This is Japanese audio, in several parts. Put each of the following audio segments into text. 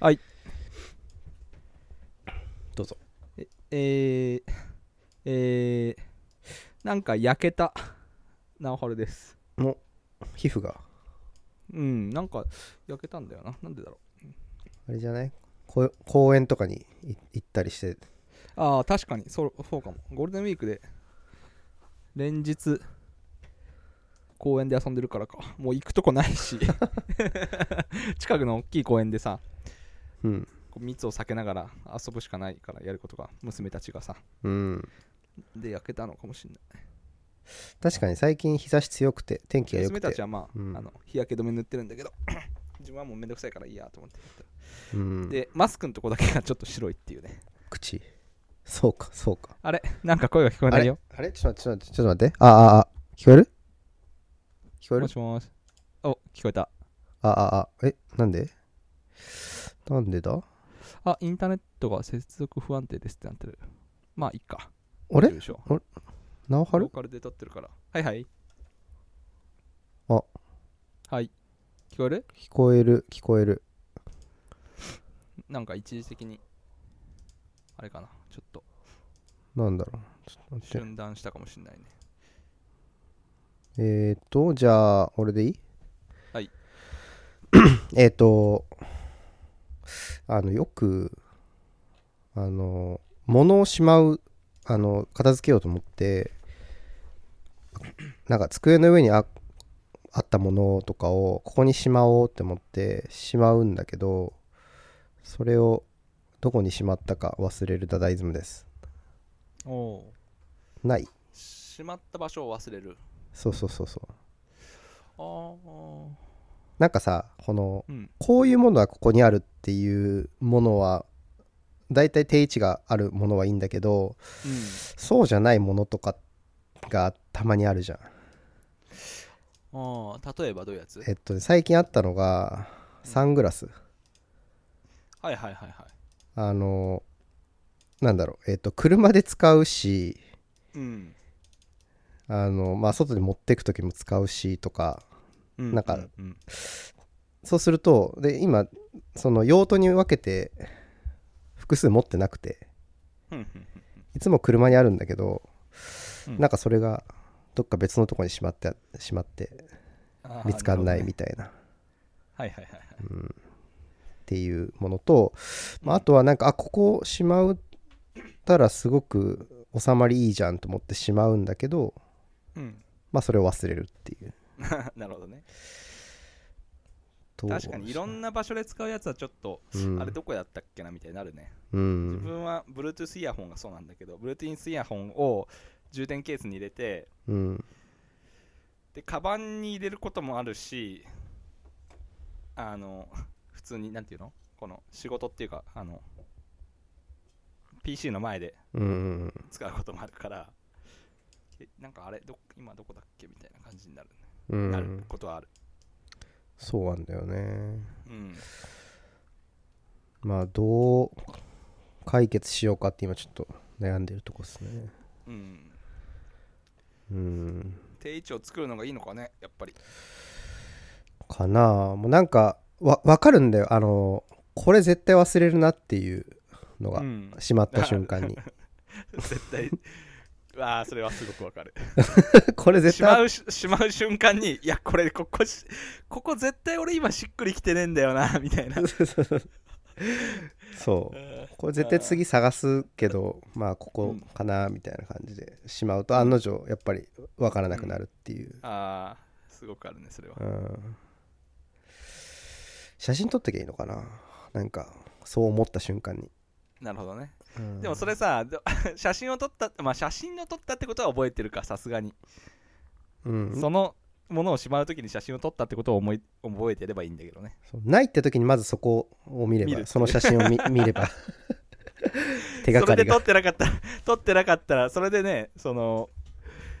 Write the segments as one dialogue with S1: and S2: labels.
S1: はい
S2: どうぞ
S1: えー、えー、なんか焼けた直春です
S2: の皮膚が
S1: うんなんか焼けたんだよななんでだろ
S2: あれじゃないこ公園とかにい行ったりして
S1: うああ確かにそうそうかもゴールデンウィークで連日公園で遊んでるからかもう行くとこない し近くの大きい公園でさ
S2: うん
S1: こう密を避けながら遊ぶしかないからやることが娘たちがさ
S2: うん
S1: で焼けたのかもしれない
S2: 確かに最近日差し強くて天気が良
S1: 娘
S2: く
S1: たち
S2: て
S1: はまあ,、
S2: うん
S1: あの日焼け止め塗ってるんだけど 自分はもうめんどくさいからいいやと思ってやった
S2: うん
S1: でマスクのとこだけがちょっと白いっていうね
S2: 口そうかそうか
S1: あれなんか声が聞こえ
S2: あ
S1: ない
S2: れ
S1: よ
S2: あれちょっと待ってちょっと待ってちょっと待ってあああ聞こえる聞こえ
S1: も
S2: る
S1: しもーしお聞こえた
S2: あああえなんでなんでだ
S1: あインターネットが接続不安定ですってなってるまあいっか
S2: あれ
S1: 住所
S2: なおは
S1: ロ
S2: る
S1: ーカルで撮ってるからはいはい
S2: あ
S1: はい聞こえる
S2: 聞こえる聞こえる
S1: なんか一時的にあれかなちょっと
S2: なんだろうちょっと待って
S1: 寸断したかもしれないね
S2: えー、っとじゃあ俺でいい
S1: はい
S2: えーっとあのよくあの物をしまうあの片付けようと思ってなんか机の上にああったものとかをここにしまおうって思ってしまうんだけどそれをどこにしまったか忘れるダダイズムです
S1: おお
S2: ない
S1: しまった場所を忘れる
S2: そうそうそうそう
S1: ああ
S2: なんかさこの
S1: うん
S2: こういうものはここにあるっていうものはだいたい定位置があるものはいいんだけどそうじゃないものとかがたまにあるじゃん。
S1: うんああ例えばどういうやつ
S2: えっとね最近あったのがサングラス。
S1: はいはいはいは
S2: あのなんだろうえっと車で使うし
S1: いうん
S2: あのまあ外で持ってく時も使うしとか
S1: うん
S2: なんか
S1: うん
S2: そうするとで今その用途に分けて複数持ってなくて
S1: うんうんうん
S2: いつも車にあるんだけど、
S1: うん
S2: なんかそれがどっか別のとこにしまってあしまって
S1: あー
S2: 見つかんないみ
S1: る
S2: たいなっ
S1: ほどねはいはいはいはい
S2: ていうものと、まあ、あとはなんかあここしまったらすごく収まりいいじゃんと思ってしまうんだけど、
S1: うん
S2: まあ、それを忘れるっていう。
S1: なるほどね
S2: と
S1: 確かにいろんな場所で使うやつはちょっと、
S2: うん
S1: あれどこやったっけなみたいになるね、
S2: う
S1: 自
S2: ん
S1: 分は Bluetooth イヤホンがそうなんだけど Bluetooth イヤホンを充電ケースに入れて
S2: うん
S1: でカバンに入れることもあるしあの普通になんていうのこの仕事っていうかあの PC の前で
S2: うんうん
S1: 使うこともあるからえなんかあれど今どこだっけみたいな感じになる,、
S2: う
S1: なる
S2: ん
S1: ことはある
S2: そうなんだよね
S1: うん
S2: まあどう解決しようかって今ちょっと悩んでるとこですね
S1: うん
S2: うん
S1: 定位置を作るのがいいのかねやっぱり
S2: かなあもうなんかわ分かるんだよあのこれ絶対忘れるなっていうのが
S1: うん
S2: しまった瞬間に
S1: 絶対わあそれはすごくわかる
S2: こ れ絶
S1: しま
S2: 対
S1: うししまう瞬間にいやこれここしここ絶対俺今しっくりきてねえんだよな みたいな
S2: そうこれ絶対次探すけどまあここかなみたいな感じでしまうと案の定やっぱり分からなくなるっていう、
S1: ああすごくあるねそれは
S2: うん、写真撮ってきゃいいのかななんかそう思った瞬間に、
S1: なるほどね
S2: うん
S1: でもそれさど 写真を撮ったまあ写真を撮ったってことは覚えてるかさすがに
S2: うん
S1: そのものをしまう時に写真を撮ったってことを思い覚えてればいいんだけどね
S2: そうないって時にまずそこを見れば
S1: 見るっていう
S2: その写真 を見見れば手が
S1: そ
S2: か
S1: れ
S2: り
S1: で
S2: が
S1: 撮ってなかったら 撮ってなかったらそれでねその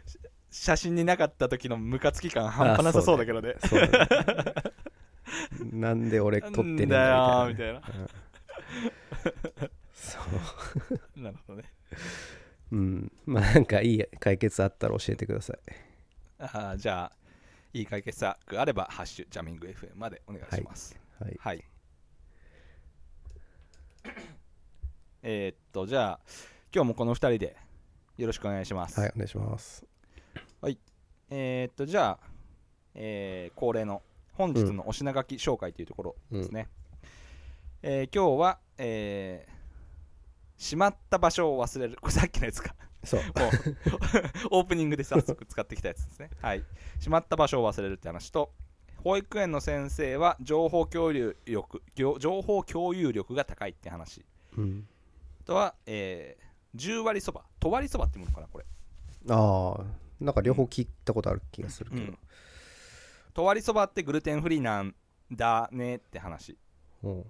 S1: し写真になかった時のムカつき感半端なさそうだけどね
S2: そうだねなんで俺撮ってねえんだ
S1: なんだよ
S2: み
S1: み
S2: た
S1: た
S2: い
S1: いな
S2: な、うんそう
S1: なるほどね
S2: うんまあなんかいい解決あったら教えてください
S1: あーじゃあいい解決策あれば「ハッシュジャミング FM」までお願いします
S2: はい
S1: はい、えーっとじゃあ今日もこの2人でよろしくお願いします、
S2: はいお願いします
S1: えーっとじゃあ、えー恒例の本日のお品書き紹介というところ
S2: うん
S1: ですね、えー今日は、えーしまった場所を忘れるこれさっきのやつか
S2: そう
S1: もう オープニングで早速使ってきたやつですね。はい、しまった場所を忘れるって話と保育園の先生は情報共有力情情報共有力が高いって話
S2: うん
S1: あとは、えー10割そばと割りそばってものかなこれ
S2: ああなんか両方聞いたことある気がするけ
S1: うんと割りそばってグルテンフリーなんだねって話
S2: ど、うん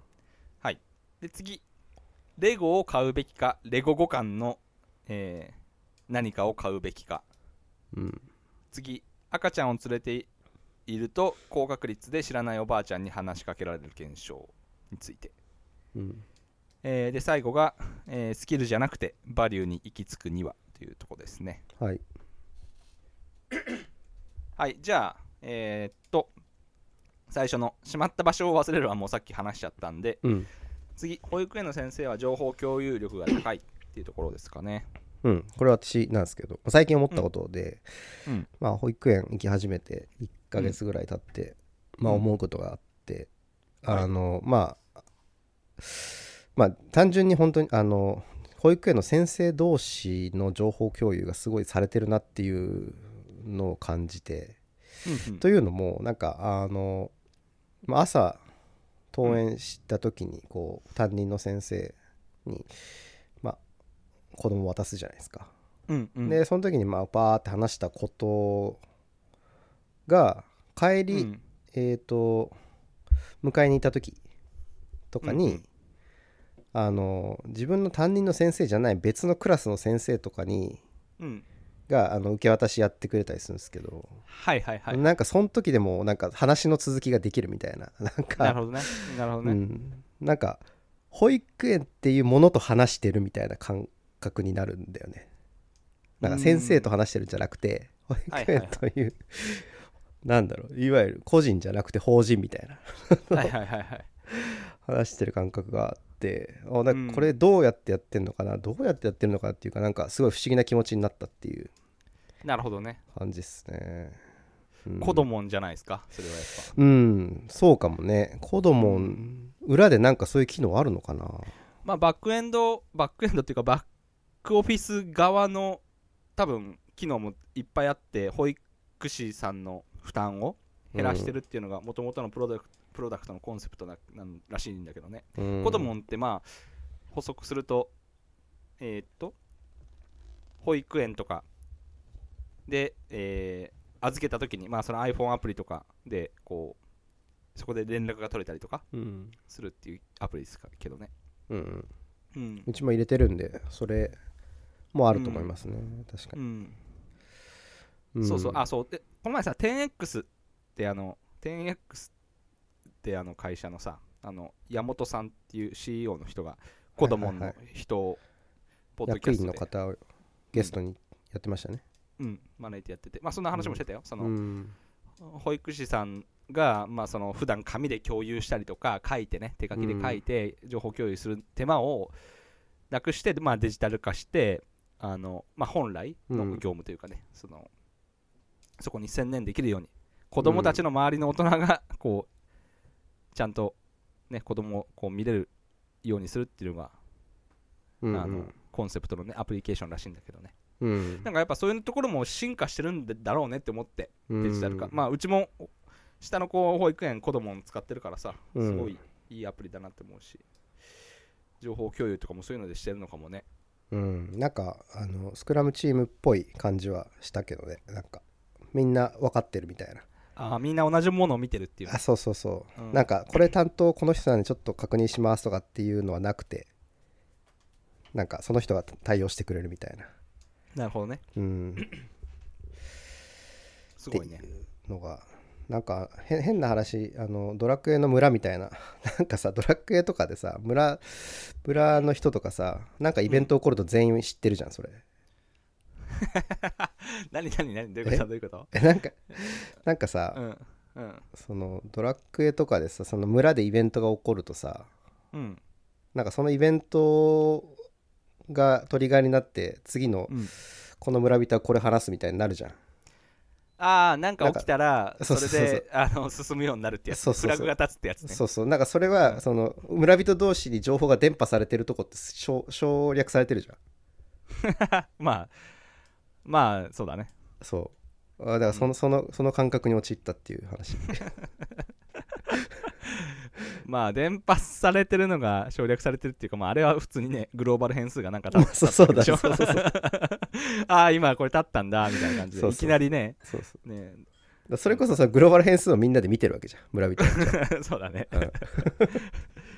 S1: で次レゴを買うべきかレゴ互換の、えー何かを買うべきか
S2: うん
S1: 次赤ちゃんを連れていると高確率で知らないおばあちゃんに話しかけられる現象について、
S2: うん
S1: えーで最後が、えースキルじゃなくてバリューに行き着くにはというとこですね
S2: はい
S1: はいじゃあえーっと最初の「しまった場所を忘れる」はもうさっき話しちゃったんで
S2: うん
S1: 次保育園の先生は情報共有力が高いっていうところですかね
S2: うんこれ私なんですけど最近思ったことで、
S1: うん
S2: まあ保育園行き始めて1ヶ月ぐらい経って、まあ
S1: うん
S2: 思うことがあって、
S1: はい
S2: あのまあまあ単純に本当にあの保育園の先生同士の情報共有がすごいされてるなっていうのを感じて
S1: うんうん
S2: というのもなんかあのまあ朝登園した時にこう担任の先生にまあ子供を渡すじゃないですか。
S1: うんうん
S2: でその時にまあバーって話したことが帰
S1: う
S2: り、
S1: ん
S2: えーと迎えに行った時とかに、
S1: うんうん
S2: あの自分の担任の先生じゃない別のクラスの先生とかに
S1: うん
S2: があの受け渡しやってくれたりするんですけど、
S1: はいはいはい
S2: なんかその時でもなんか話の続きができるみたいななんか
S1: なるほどねなるほどね、
S2: うん、なんか保育園っていうものと話してるみたいな感覚になるんだよねなんか先生と話してるんじゃなくて保育園という、なんだろういわゆる個人じゃなくて法人みたいな
S1: はいはいはいはい
S2: 話してる感覚があってあなん
S1: うん
S2: かこれどうやってやってんのかな、どうやってやってるのかなっていうかなんかすごい不思議な気持ちになったっていう
S1: なるほどね
S2: 感じですね、うん
S1: 子供じゃないですかそれはやっぱ
S2: うんそうかもね子供裏でなんかそういう機能あるのかな
S1: まあバックエンドバックエンドっていうかバックオフィス側の多分機能もいっぱいあって保育士さんの負担を減らしてるっていうのがもともとのプロダクプロダクトのコンセプトななんらしいんだけどね、
S2: うん
S1: 子供ってまあ補足するとえーっと保育園とかで、えー預けた時に、まあ、その iPhone アプリとかでこうそこで連絡が取れたりとか
S2: うん
S1: するっていうアプリですけどね
S2: うん、
S1: うん
S2: うちも入れてるんでそれもあると思いますね、確か
S1: う
S2: に、
S1: ん、そうそうあそうでこの前さ 10X ってあの 10X ってあの会社のさあの山本さんっていう CEO の人が子供
S2: はい
S1: の
S2: は
S1: 人をポッドキ
S2: 役
S1: ャスト
S2: 員の
S1: で、
S2: 方をゲストにやってましたね、
S1: うん、招いてやっててまあそんな話もしてたよ、そ
S2: うん
S1: の保育士さんが、まあ、その普段紙で共有したりとか書いてね手書きで書いて情報共有する手間をなくして、まあ、デジタル化してあの、まあ、本来の
S2: うん
S1: 業務というかね、そのそこに専念できるように子供たちの周りの大人がこうちゃんと、ね、子供をこう見れるようにするっていうのが、
S2: うん
S1: あのコンセプトの、ね、アプリケーションらしいんだけどね
S2: うん
S1: なんかやっぱそういうところも進化してるんだろうねって思って
S2: うん
S1: デジタル化、まあうちも下の子保育園子供も使ってるからさ
S2: うん
S1: すごいいいアプリだなって思うし、情報共有とかもそういうのでしてるのかもね
S2: うん、なんかあのスクラムチームっぽい感じはしたけどねなんかみんな分かってるみたいな
S1: ああみんな同じものを見てるっていう
S2: あそうそうそう、
S1: うん
S2: なんかこれ担当この人なんでちょっと確認しますとかっていうのはなくてなんかその人が対応してくれるみたいな、
S1: なるほどね
S2: うん、
S1: すごいね
S2: のがなんかへ変な話あのドラクエの村みたいな なんかさドラクエとかでさ村村の人とかさなんかイベント起こると全員知ってるじゃんそれ、
S1: 何何何どういうことどういうこと
S2: えなんかなんかさ、
S1: うんうん
S2: そのドラクエとかでさその村でイベントが起こるとさ
S1: うん
S2: なんかそのイベントがトリガーになって次の
S1: うん
S2: この村人はこれ話すみたいになるじゃん
S1: ああなんか起きたら
S2: なんか
S1: それ
S2: そうそうそう
S1: であの進むようになるってや
S2: そ
S1: つ
S2: うそうそ
S1: フ
S2: う
S1: ラグが立つってやつね
S2: そうそうなんかそれはその村人同士に情報が伝播されてるとこって省省略されてるじゃん
S1: まあまあそうだね
S2: そうあだからそのそのその感覚に陥ったっていう話
S1: まあ伝播されてるのが省略されてるっていうか、まあ、あれは普通にねグローバル変数がなんか立っ
S2: そうそうだね
S1: 立
S2: そ
S1: っ
S2: う
S1: て
S2: そ
S1: る
S2: うそ
S1: で
S2: う
S1: しょ
S2: そう
S1: ああ今これ立ったんだみたいな感じで
S2: そう
S1: い
S2: そう
S1: きなりね
S2: そうそう
S1: ね
S2: だからそれこそさグローバル変数をみんなで見てるわけじゃん村人は
S1: そうだね、
S2: うん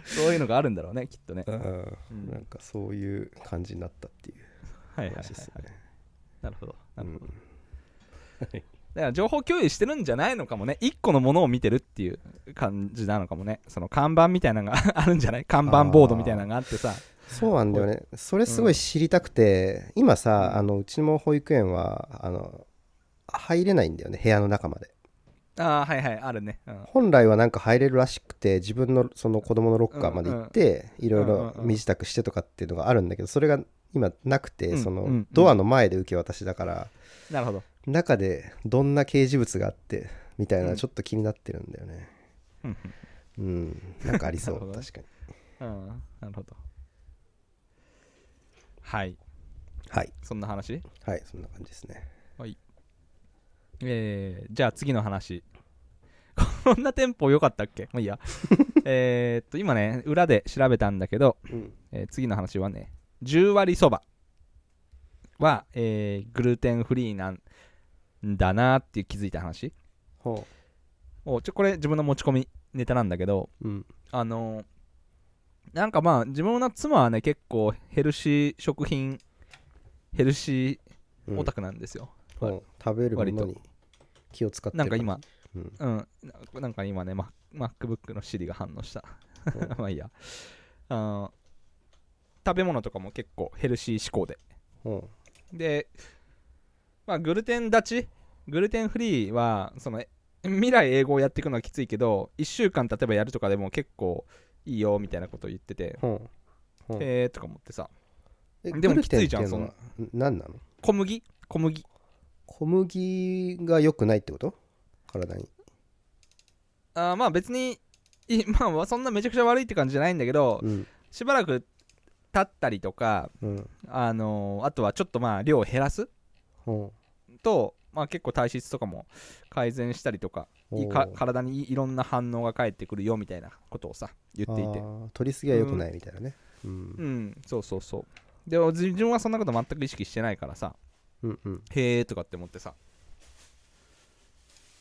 S1: そういうのがあるんだろうねきっとね、
S2: うん
S1: うん
S2: なんかそういう感じになったっていう
S1: はいはい、はい
S2: 話ですね、
S1: なるほどなるほど、
S2: うん
S1: だから情報共有してるんじゃないのかもね一個のものを見てるっていう感じなのかもねその看板みたいなのが あるんじゃない看板ボードみたいなのがあってさ
S2: そうなんだよねそれすごい知りたくて、今さあのうちの保育園はあの入れないんだよね部屋の中まで
S1: ああーはいはいあるね、うん、
S2: 本来はなんか入れるらしくて自分のその子供のロッカーまで行っていろいろ身支度してとかっていうのがあるんだけどそれが今なくて
S1: うん
S2: そ
S1: うんう
S2: の
S1: ん
S2: ドアの前で受け渡しだから
S1: なるほど
S2: 中でどんな掲示物があってみたいな
S1: う
S2: の
S1: ん
S2: ちょっと気になってるんだよね
S1: うん
S2: うんなんかありそう
S1: なるほどね
S2: 確かに
S1: うんなるほどはい
S2: はい
S1: そんな話
S2: はいそんな感じですね
S1: えー、じゃあ次の話 こんなテンポ良かったっけまあいいやえーっと今ね裏で調べたんだけど、
S2: うん
S1: えー次の話はね10割そばは、えーグルテンフリーなんだなっていう気づいた話
S2: ほ
S1: おちょこれ自分の持ち込みネタなんだけど
S2: ううん
S1: あのーなんかまあ自分の妻はね結構ヘルシー食品ヘルシ
S2: うん
S1: ーオタクなんですよ、
S2: ほう食べるもの
S1: 割
S2: に気を使ってる
S1: なんか今
S2: うん
S1: うん、ななんか今ね、マ MacBook の Siri が反応した。 まあいいや。あの食べ物とかも結構ヘルシー志向で。
S2: ほ
S1: で、まあ、グルテン立ち、グルテンフリーは、その、え未来英語をやっていくのはきついけど、1週間例えばやるとかでも結構いいよみたいなことを言ってて
S2: う、ほうほう
S1: へえーとか思ってさ、
S2: え
S1: でも
S2: グルテ
S1: き
S2: ン
S1: ついじゃん
S2: ってうのは何なの
S1: 小麦、小麦、
S2: 小麦が良くないってこと体に
S1: あーまあ別に、い まあそんなめちゃくちゃ悪いって感じじゃないんだけど、
S2: うん
S1: しばらく経ったりとか、
S2: うん
S1: あのーあとはちょっとまあ量を減らす
S2: ほ
S1: と、まあ、結構体質とかも改善したりとか
S2: う
S1: いいか体にいいろんな反応が返ってくるよみたいなことをさ言っていて
S2: 取りすぎは良くないみたいなねうん
S1: うんそうそうそうで自分はそんなこと全く意識してないからさ
S2: うんうん
S1: へえとかって思ってさ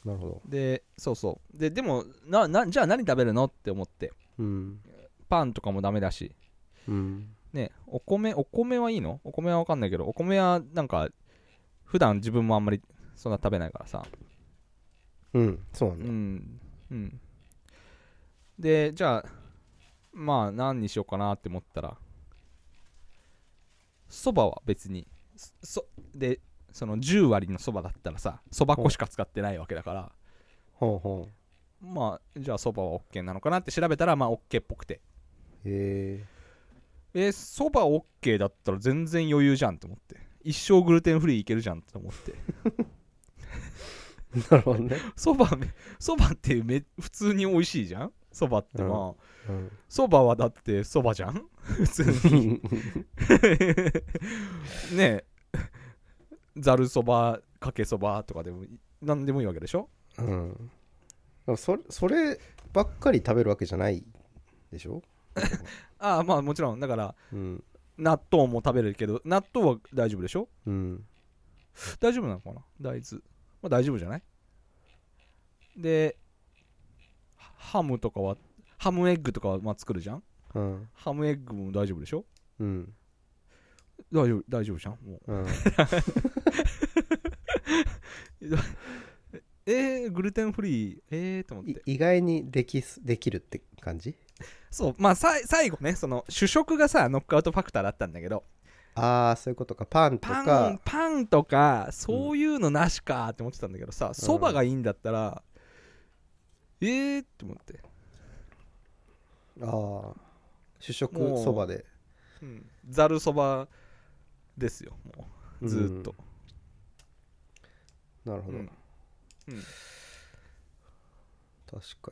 S2: なるほど
S1: でそうそうででもななじゃあ何食べるのって思って
S2: うん
S1: パンとかもダメだし
S2: うん
S1: ねお米お米はいいのお米は分かんないけどお米はなんか普段自分もあんまりそんな食べないからさ
S2: うんそうな
S1: うん
S2: だ
S1: んうんでじゃあまあ何にしようかなって思ったらそばは別にそそでその10割のそばだったらさそば粉しか使ってないわけだから
S2: ほうほう
S1: まあじゃあそばは OK なのかなって調べたらまあ OK っぽくて
S2: へ
S1: えそば OK だったら全然余裕じゃんと思って一生グルテンフリーいけるじゃんと思って
S2: えなるほどね
S1: そばそばってめ普通に美味しいじゃんそばってまあ、
S2: ううん
S1: そばはだってそばじゃん 普通にねえざるそばかけそばとかでもい何でもいいわけでしょ
S2: うんだからそれそればっかり食べるわけじゃないでしょ
S1: ああまあもちろんだから
S2: うん
S1: 納豆も食べれるけど納豆は大丈夫でしょ
S2: うん
S1: 大丈夫なのかな大豆まあ大丈夫じゃないでハムとかはハムエッグとかはまあ作るじゃん
S2: うん
S1: ハムエッグも大丈夫でしょ
S2: うん
S1: 大丈夫大丈夫じゃんもう
S2: うん
S1: えー、グルテンフリーえー、と思って
S2: い意外にできすできるって感じ
S1: そうまあさい最後ねその主食がさノックアウトファクターだったんだけど
S2: ああそういうことかパンと
S1: パ
S2: か
S1: ンパンとかそういうのなしかって思ってたんだけどさそば、がいいんだったらえーって思って
S2: ああ主食
S1: もう
S2: そばで
S1: うんざる、そばですよもうずーっと、
S2: なるほど、
S1: うんうん
S2: 確か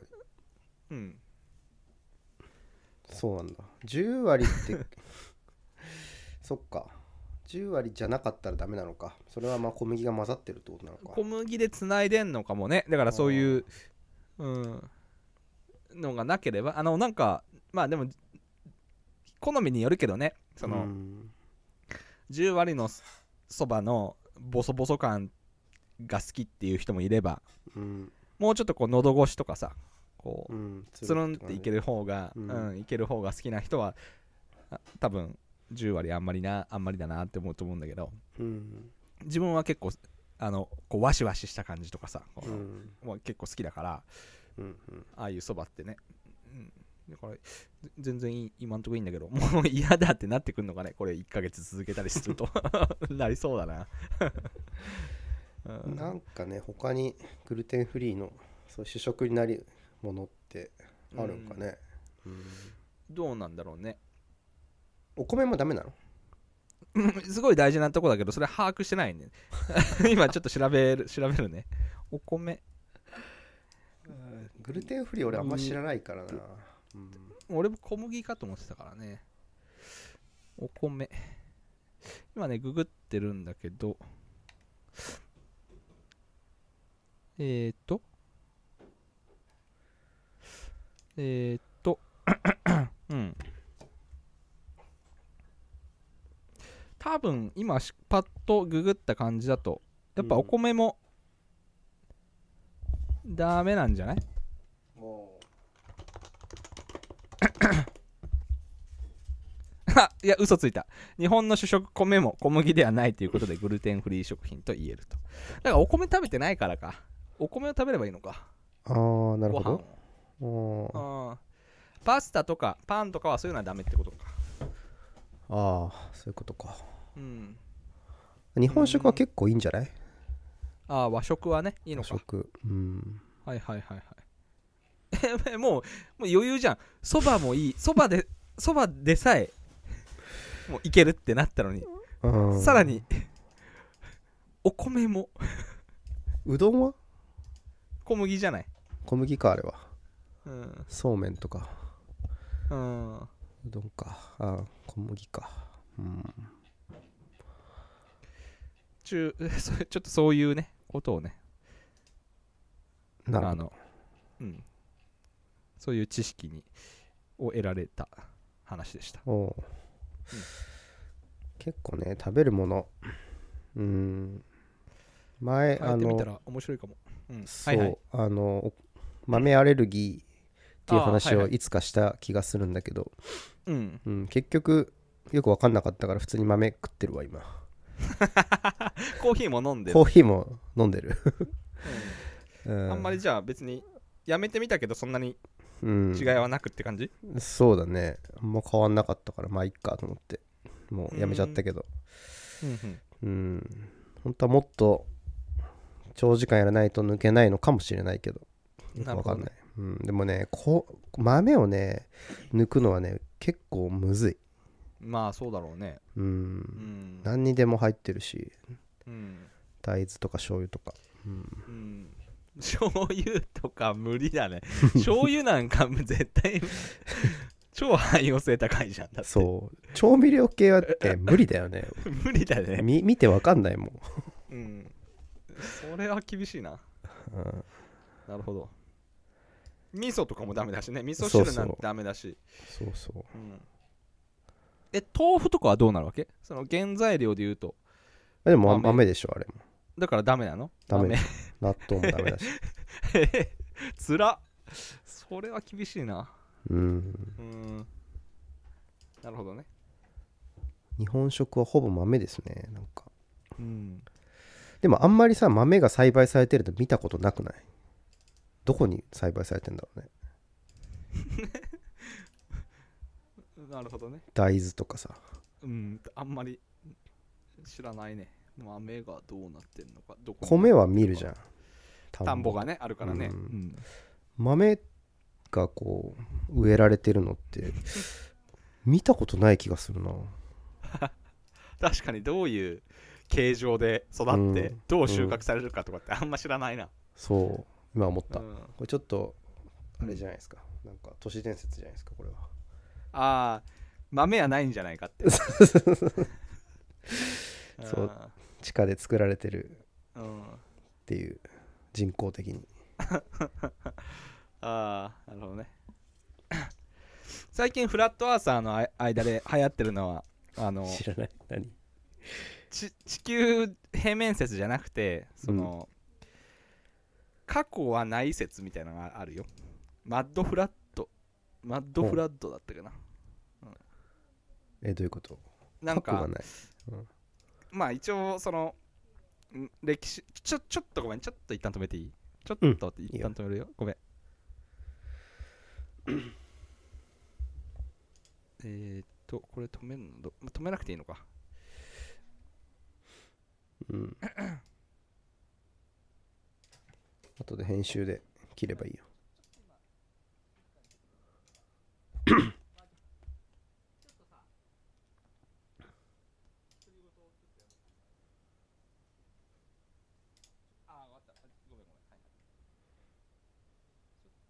S2: に
S1: うん、
S2: そうなんだ10割って そっか10割じゃなかったらダメなのかそれはまあ小麦が混ざってるってことなのか
S1: 小麦でつないでんのかもねだからそういう、うん、のがなければあのなんかまあでも好みによるけどねその、
S2: うん
S1: 10割のそそばのボソボソ感が好きっていう人もいれば
S2: うん
S1: もうちょっとこう喉越しとかさこう
S2: うん
S1: つるんっていけ
S2: る
S1: る方が、
S2: うん
S1: うんいける方が好きな人はあ多分10割あんまりなあんまりだなって思うと思うんだけど
S2: うん
S1: 自分は結構あのこうワシワシした感じとかさ、こ
S2: う
S1: うんまあ結構好きだから
S2: うんうん
S1: ああいうそばってね、うん、だからぜ全然いい今んとこいいんだけど もう嫌だってなってくんのかねこれ1ヶ月続けたりすると なりそうだな、 うん
S2: なんかね他にグルテンフリーのそう主食になるものってあるんかね、うん
S1: どうなんだろうね
S2: お米もダメなの
S1: すごい大事なとこだけどそれ把握してないね 今ちょっと調べる調べるねお米
S2: グルテンフリー俺あんま知らないからな、うん
S1: 俺も小麦かと思ってたからねお米今ねググってるんだけどえーとえーと うん多分今しパッとググった感じだとやっぱお米もダメなんじゃない
S2: も
S1: あ いや嘘ついた日本の主食米も小麦ではないということでグルテンフリー食品と言えるとだからお米食べてないからかお米を食べればいいのか
S2: うああなる
S1: ご
S2: ほどお
S1: 飯
S2: ー
S1: をうんパスタとかパンとかはそういうのはダメってことか
S2: ああそういうことか
S1: うん
S2: 日本食は結構いいんじゃない
S1: ああ和食はねいいの
S2: 和
S1: か
S2: 食うん
S1: はいはいはいはいえもうもう余裕じゃんそばもいいそばでそばでさえもういけるってなったのに、
S2: うん
S1: さらにお米も
S2: うどんは
S1: 小麦じゃない
S2: 小麦かあれは
S1: うん
S2: そうめんとか
S1: うん
S2: うどんかあー小麦かうん
S1: 中 そちょっとそういうねことをね
S2: なる
S1: あ
S2: ほど
S1: の、うん、そういう知識にを得られた話でした
S2: おー結構ね食べるものうん前
S1: 変え
S2: あ
S1: てみた
S2: の
S1: ら面白いかも、うん、
S2: そ
S1: は
S2: う、
S1: いはい
S2: あのお豆アレルギーっていう
S1: あー
S2: 話
S1: はい
S2: を
S1: はい
S2: いつかした気がするんだけど、
S1: うん
S2: うん、結局よく分かんなかったから普通に豆食ってるわ今
S1: コーヒーも飲んでる
S2: コーヒーも飲んでる、う
S1: うん
S2: ん、
S1: あんまりじゃあ別にやめてみたけどそんなに
S2: うん
S1: 違いはなくって感じ、
S2: そうだねあんま変わんなかったからまあいっかと思ってもうやめちゃったけど
S1: うんうん
S2: うん本当はもっと長時間やらないと抜けないのかもしれないけどよく
S1: なるほ
S2: わか
S1: ど
S2: ん
S1: ね
S2: ない、うん、でもねこう豆をね抜くのはね結構むずい
S1: まあそうだろうね
S2: う
S1: うんん
S2: 何にでも入ってるし
S1: うん、
S2: 大豆とか醤油とか、うん、
S1: うん、醤油とか無理だ ね醤油なんか絶対 超汎用性高いじゃんだって
S2: そう調味料系は って無理だよね
S1: 無理だね
S2: み見てわかんないもん、
S1: うんそれは厳しいな
S2: うん、
S1: なるほど味噌とかもダメだしね味噌
S2: そう
S1: 汁なん
S2: そ
S1: て
S2: う
S1: ダメだし
S2: そうそ
S1: う
S2: う
S1: んえ豆腐とかはどうなるわけその原材料で言うと
S2: でもあ
S1: 豆
S2: 豆でしょあれも
S1: だからダメなの
S2: ダメ納豆も ダメだし
S1: ダメ つらそれは厳しいな
S2: うん
S1: うんなるほどね
S2: 日本食はほぼ豆ですねなんか
S1: うん
S2: でもあんまりさ豆が栽培されてると見たことなくないどこに栽培されてんだろうね
S1: なるほどね
S2: 大豆とかさ
S1: うんあんまり知らないね豆がどうなってんのかどこに
S2: 米は見るじゃん
S1: 田んぼがねあるからね
S2: う
S1: う
S2: ん
S1: ん
S2: 豆がこう植えられてるのって見たことない気がするな
S1: 確かにどういう形状で育って、
S2: うん
S1: どう収穫されるかとかってあんま知らないな、
S2: そう今思った、
S1: う
S2: こ
S1: ん
S2: れちょっとあれじゃないですかなんか都市伝説じゃないですかこれは
S1: ああ豆はないんじゃないかって
S2: そう地下で作られてる
S1: うん、うん、
S2: っていう人工的に
S1: ああなるほどね 最近フラットアーサーのあい間で流行ってるのはあの
S2: 知らない何
S1: ち地球平面説じゃなくてその、過去はない説みたいなのがあるよマッドフラットマッドフラットだったかな、
S2: えどういうこと
S1: なん
S2: 過去
S1: か
S2: がない
S1: まあ一応そのん歴史ちょちょっとごめんちょっと一旦止めていいちょ
S2: うん
S1: っと一
S2: いいよ
S1: 旦止めるよ、ごめん えーっとこれ止めんのど止めなくていいのか
S2: うん後で編集で切ればいいよ
S1: ああ、わかった。ごめんごめん。はい、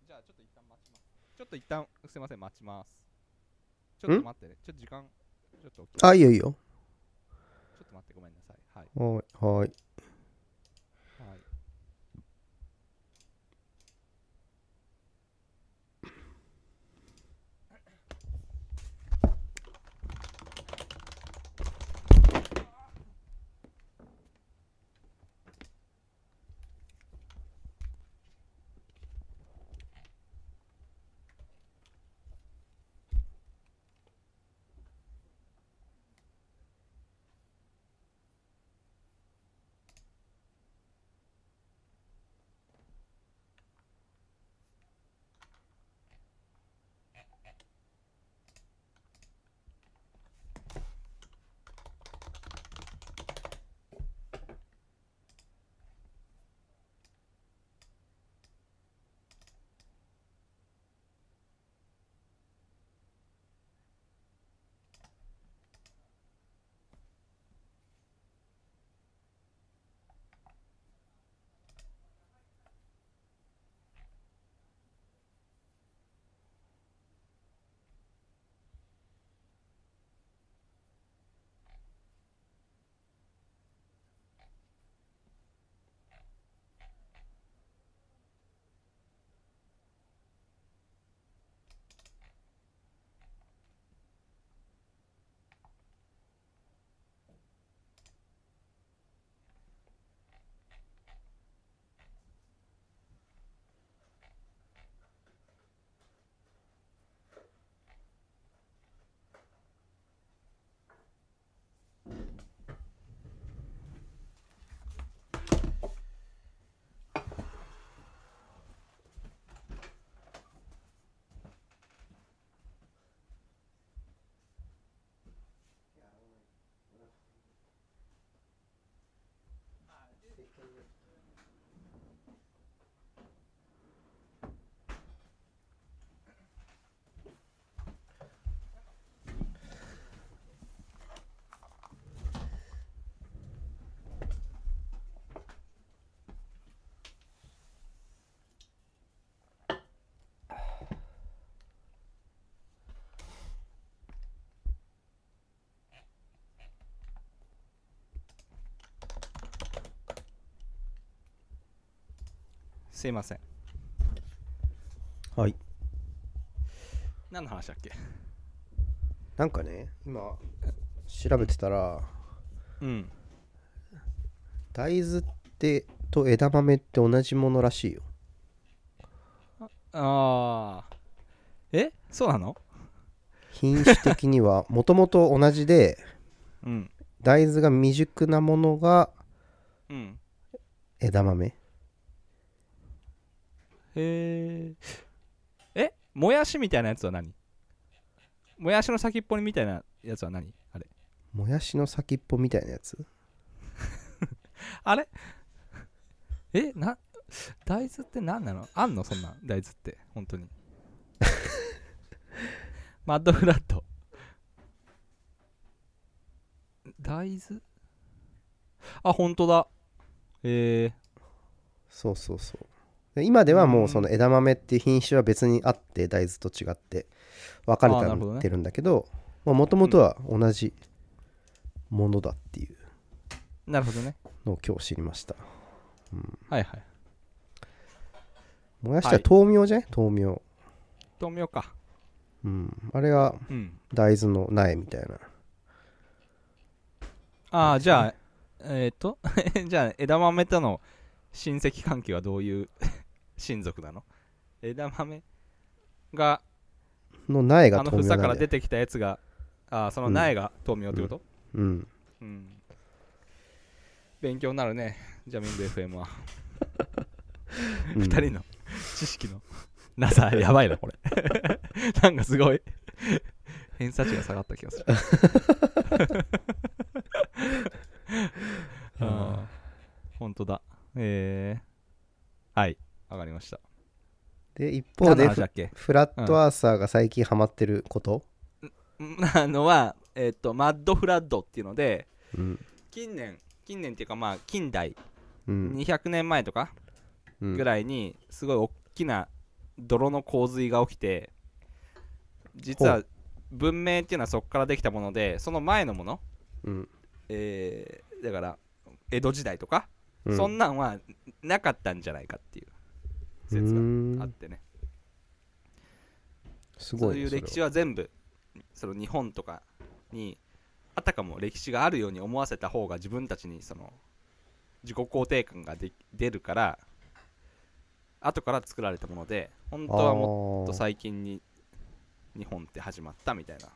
S1: じゃあ、ちょっと一旦待ちます。ちょっと一旦、すいません、待ちます。ちょっと待ってね。ちょっと時間、ちょっと起きちょ
S2: あいいよいいよ
S1: っと待って、ごめんなさい。はい。
S2: はーいはーい
S1: はい、すいません。
S2: はい
S1: 何の話だっけ
S2: なんかね今調べてたら
S1: うん。
S2: 大豆ってと枝豆って同じものらしいよ
S1: ああ。えそうなの
S2: 品種的に はもともと同じで
S1: うん。
S2: 大豆が未熟なものが
S1: うん。
S2: 枝豆
S1: へえ。えもやしみたいなやつは何もやしの先っぽみたいなやつは何あれ
S2: もやしの先っぽみたいなやつ
S1: あれえな大豆って何なのあんのそんなん大豆って本当にマッドフラット大豆あ本当だえ
S2: そうそうそうで今では
S1: う
S2: もうんその枝豆っていう品種は別にあって大豆と違って分かれ
S1: あーなるほど
S2: た
S1: ね
S2: ってるんだけどもともとは同じものだっていう
S1: ー、なるほどね
S2: のを今日知りました
S1: はいはい
S2: もやし
S1: は
S2: はい豆苗じゃね、豆苗
S1: 豆苗か
S2: うんあれが
S1: うん
S2: 大豆の苗みたいな
S1: ああじゃあえっ、と じゃあ枝豆との親戚関係はどういう 親族なの枝豆が
S2: の苗
S1: あ
S2: が
S1: の
S2: 豆苗
S1: 房か
S2: な
S1: ら
S2: んだ
S1: 出
S2: よ
S1: てきたやつがあーその苗が豆苗ってこと、
S2: うん
S1: うん勉強になるねジャミング FM は
S2: うん
S1: 2人の知識のなさやばいなこれ なんかすごい偏差値が下がった気がす るあーほんとだえー、はい上がりました
S2: で一方
S1: 何の
S2: で
S1: 話だっけ
S2: フラットアーサーが最近ハマってること、
S1: んあのはえっ、とマッドフラッドっていうので
S2: うん
S1: 近年近年っていうかまあ近代
S2: うん
S1: 200年前とか
S2: うん、
S1: ぐらいにすごい大きな泥の洪水が起きて実
S2: ほ
S1: は文明っていうのはそこからできたものでその前のもの、
S2: うん
S1: えーだから江戸時代とか、
S2: う
S1: そんなんはなかったんじゃないかっていう説
S2: う
S1: が
S2: ーん
S1: あってね
S2: す
S1: そ
S2: ご
S1: うい
S2: いね
S1: う
S2: それ
S1: 歴史は全部その日本とかにあたかも歴史があるように思わせた方が自分たちにその自己肯定感がで出るから後から作られたもので本当はもっとちょっと
S2: は
S1: 最近に日本って始まったみたいな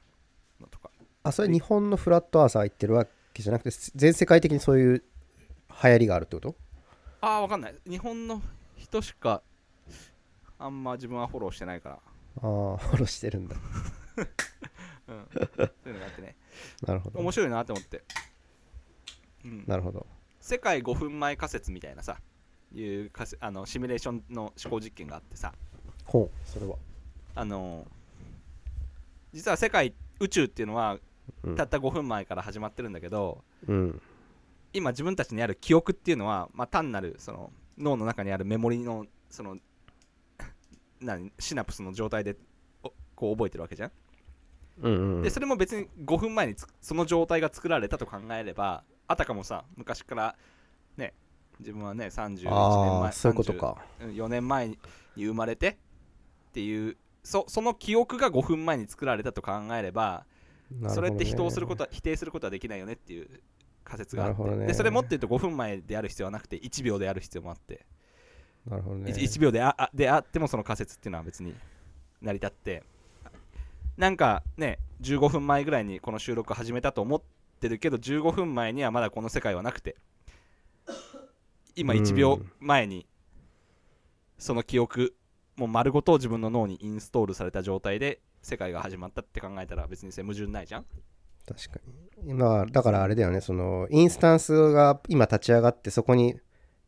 S1: のとか
S2: あそれ日本のフラットアーサー言ってるわけじゃなくてす全世界的にそういう流行りがあるってこと
S1: ああわかんない日本の人しかあんま自分はフォローしてないから
S2: ああフォローしてるんだ
S1: うんそういうのがあってね
S2: なるほど
S1: 面白いなと思って、うん、
S2: なるほど
S1: 世界5分前仮説みたいなさいう仮説あのシミュレーションの思考実験があってさ
S2: ほうそれは、
S1: あの実は世界宇宙っていうのは
S2: うん、
S1: たった5分前から始まってるんだけど、
S2: うん
S1: 今自分たちにある記憶っていうのは、まあ、単なるその脳の中にあるメモリのその 何シナプスの状態でおこう覚えてるわけじゃん、
S2: うんうん
S1: でそれも別に5分前につその状態が作られたと考えればあたかもさ昔からね自分はね31年前
S2: ああそういうことか
S1: 4年前に生まれてっていうそその記憶が5分前に作られたと考えればそれって人をすることとは否定することはできないよねっていう仮説があっ
S2: なる
S1: て、
S2: ほどね
S1: でそれ持ってると5分前である必要はなくて1秒である必要もあって、
S2: なるほどね
S1: 1, 秒でああであってもその仮説っていうのは別に成り立ってなんかね15分前ぐらいにこの収録始めたと思ってるけど15分前にはまだこの世界はなくて今
S2: うん
S1: 1秒前にその記憶もう丸ごと自分の脳にインストールされた状態で世界が始まったって考えたら別にそれ矛盾ないじゃん
S2: 確かに今だからあれだよねそのインスタンスが今立ち上がってそこに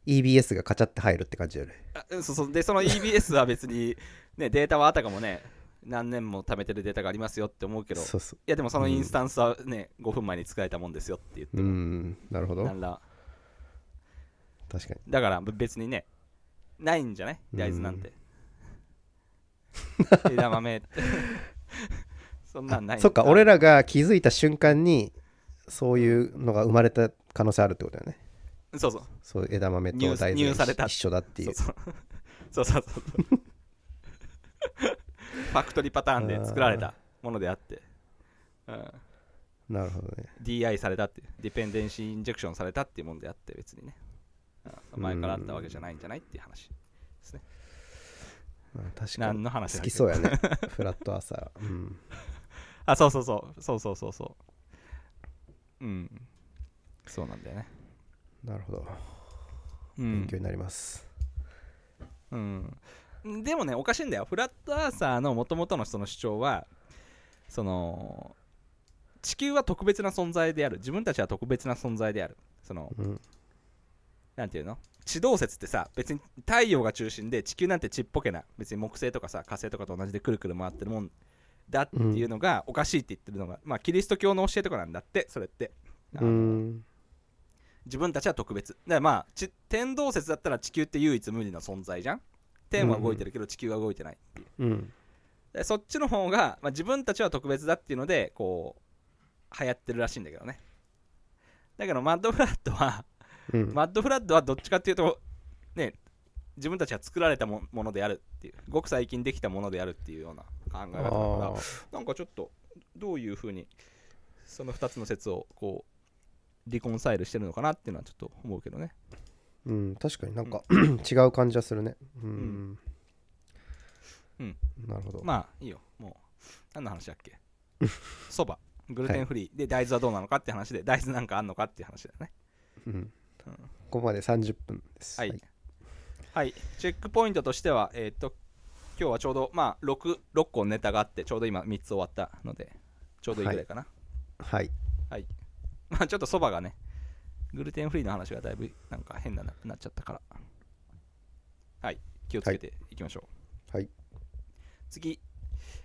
S2: EBS がカチャって入るって感じだよね
S1: あうんそうそうでその EBS は別に、ね、データはあたかもね何年も貯めてるデータがありますよって思うけどい
S2: そうそ
S1: やでもそのインスタンスはね、5分前に使えたもんですよって言って
S2: ううんなるほど
S1: なんら
S2: 確かに
S1: だから別にねないんじゃない
S2: うん
S1: 大豆なんて枝 豆ってそんなんない
S2: そっか俺らが気づいた瞬間にそういうのが生まれた可能性あるってことだよね
S1: そうそう
S2: そう枝豆と
S1: 入
S2: 大
S1: 入され
S2: 豆
S1: た
S2: 一緒だってい
S1: そううそうそうそう そうそうファクトリーパターンで作られたものであってうん
S2: なるほどね
S1: DI されたっていうディペンデンシーインジェクションされたっていうもんであって別にねあ前からあったわけじゃないんじゃないっていう話ですね
S2: まあ確か
S1: 何
S2: に
S1: の話だ
S2: 好
S1: っ
S2: き
S1: け
S2: そう やねフラットアーサー、うん、
S1: あそうそうそうそうそうそうそううんそうなんだよね
S2: なるほど
S1: う
S2: 勉
S1: ん
S2: 強になります、
S1: うん、でもねおかしいんだよフラットアーサーの元々のその主張はその地球は特別な存在である自分たちは特別な存在であるその
S2: うん
S1: なんていうの地動説ってさ別に太陽が中心で地球なんてちっぽけな別に木星とかさ火星とかと同じでくるくる回ってるもんだっていうのがおかしいって言ってるのが、まあキリスト教の教えとかなんだってそれってあ
S2: う
S1: の
S2: ん
S1: 自分たちは特別でまあち天動説だったら地球って唯一無二の存在じゃん天は動いてるけど地球は動いてないっていう、
S2: うん
S1: でそっちの方が、まあ、自分たちは特別だっていうのでこう流行ってるらしいんだけどねだけどマッドフラッドは
S2: うん
S1: マッドフラッドはどっちかっていうとね自分たちが作られたもものであるっていうごく最近できたものであるっていうような考え
S2: あ
S1: 方だから
S2: ー
S1: なんかちょっとどういうふうにその2つの説をこうリコンサイルしてるのかなっていうのはちょっと思うけどね
S2: うん確かになんか 違う感じはするねうん
S1: うん
S2: なるほど
S1: まあいいよもう何の話だっ けそばグルテンフリーで大豆はどうなのかって話で大豆なんかあんのかっていう話だよね
S2: うん
S1: うん
S2: ここまで30分です
S1: はいはいチェックポイントとしてはえーっと今日はちょうどまあ 6, 6個ネタがあってちょうど今3つ終わったのでちょうどいいぐらいかな、
S2: はい
S1: まあちょっとそばがね、グルテンフリーの話がだいぶなんか変なななっちゃったから。はい、気をつけていきましょう。
S2: はい
S1: 次、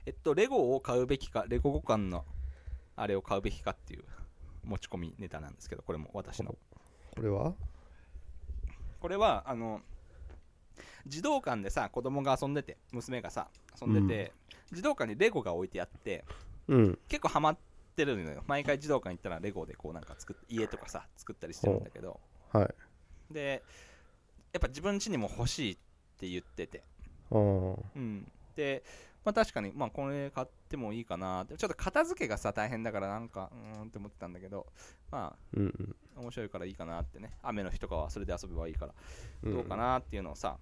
S1: えっと、レゴを買うべきか、レゴ互換のあれを買うべきかっていう持ち込みネタなんですけど、これも私の。
S2: これは
S1: これは、あの、児童館でさ、子供が遊んでて、娘がさ、遊んでて、児童館にレゴが置いてあって、
S2: うん
S1: 結構ハマってるのよ。毎回児童館行ったらレゴでこうなんか作っ家とかさ、作ったりしてるんだけど、
S2: はい
S1: でやっぱ自分家にも欲しいって言ってて、
S2: あー
S1: うん、で、まあ、確かに、まあ、これ買ってもいいかなってちょっと片付けがさ大変だからなんかうーんって思ってたんだけどま
S2: うんうん
S1: あ面白いからいいかなってね雨の日とかはそれで遊べばいいから
S2: ん
S1: どうかなっていうのをさ、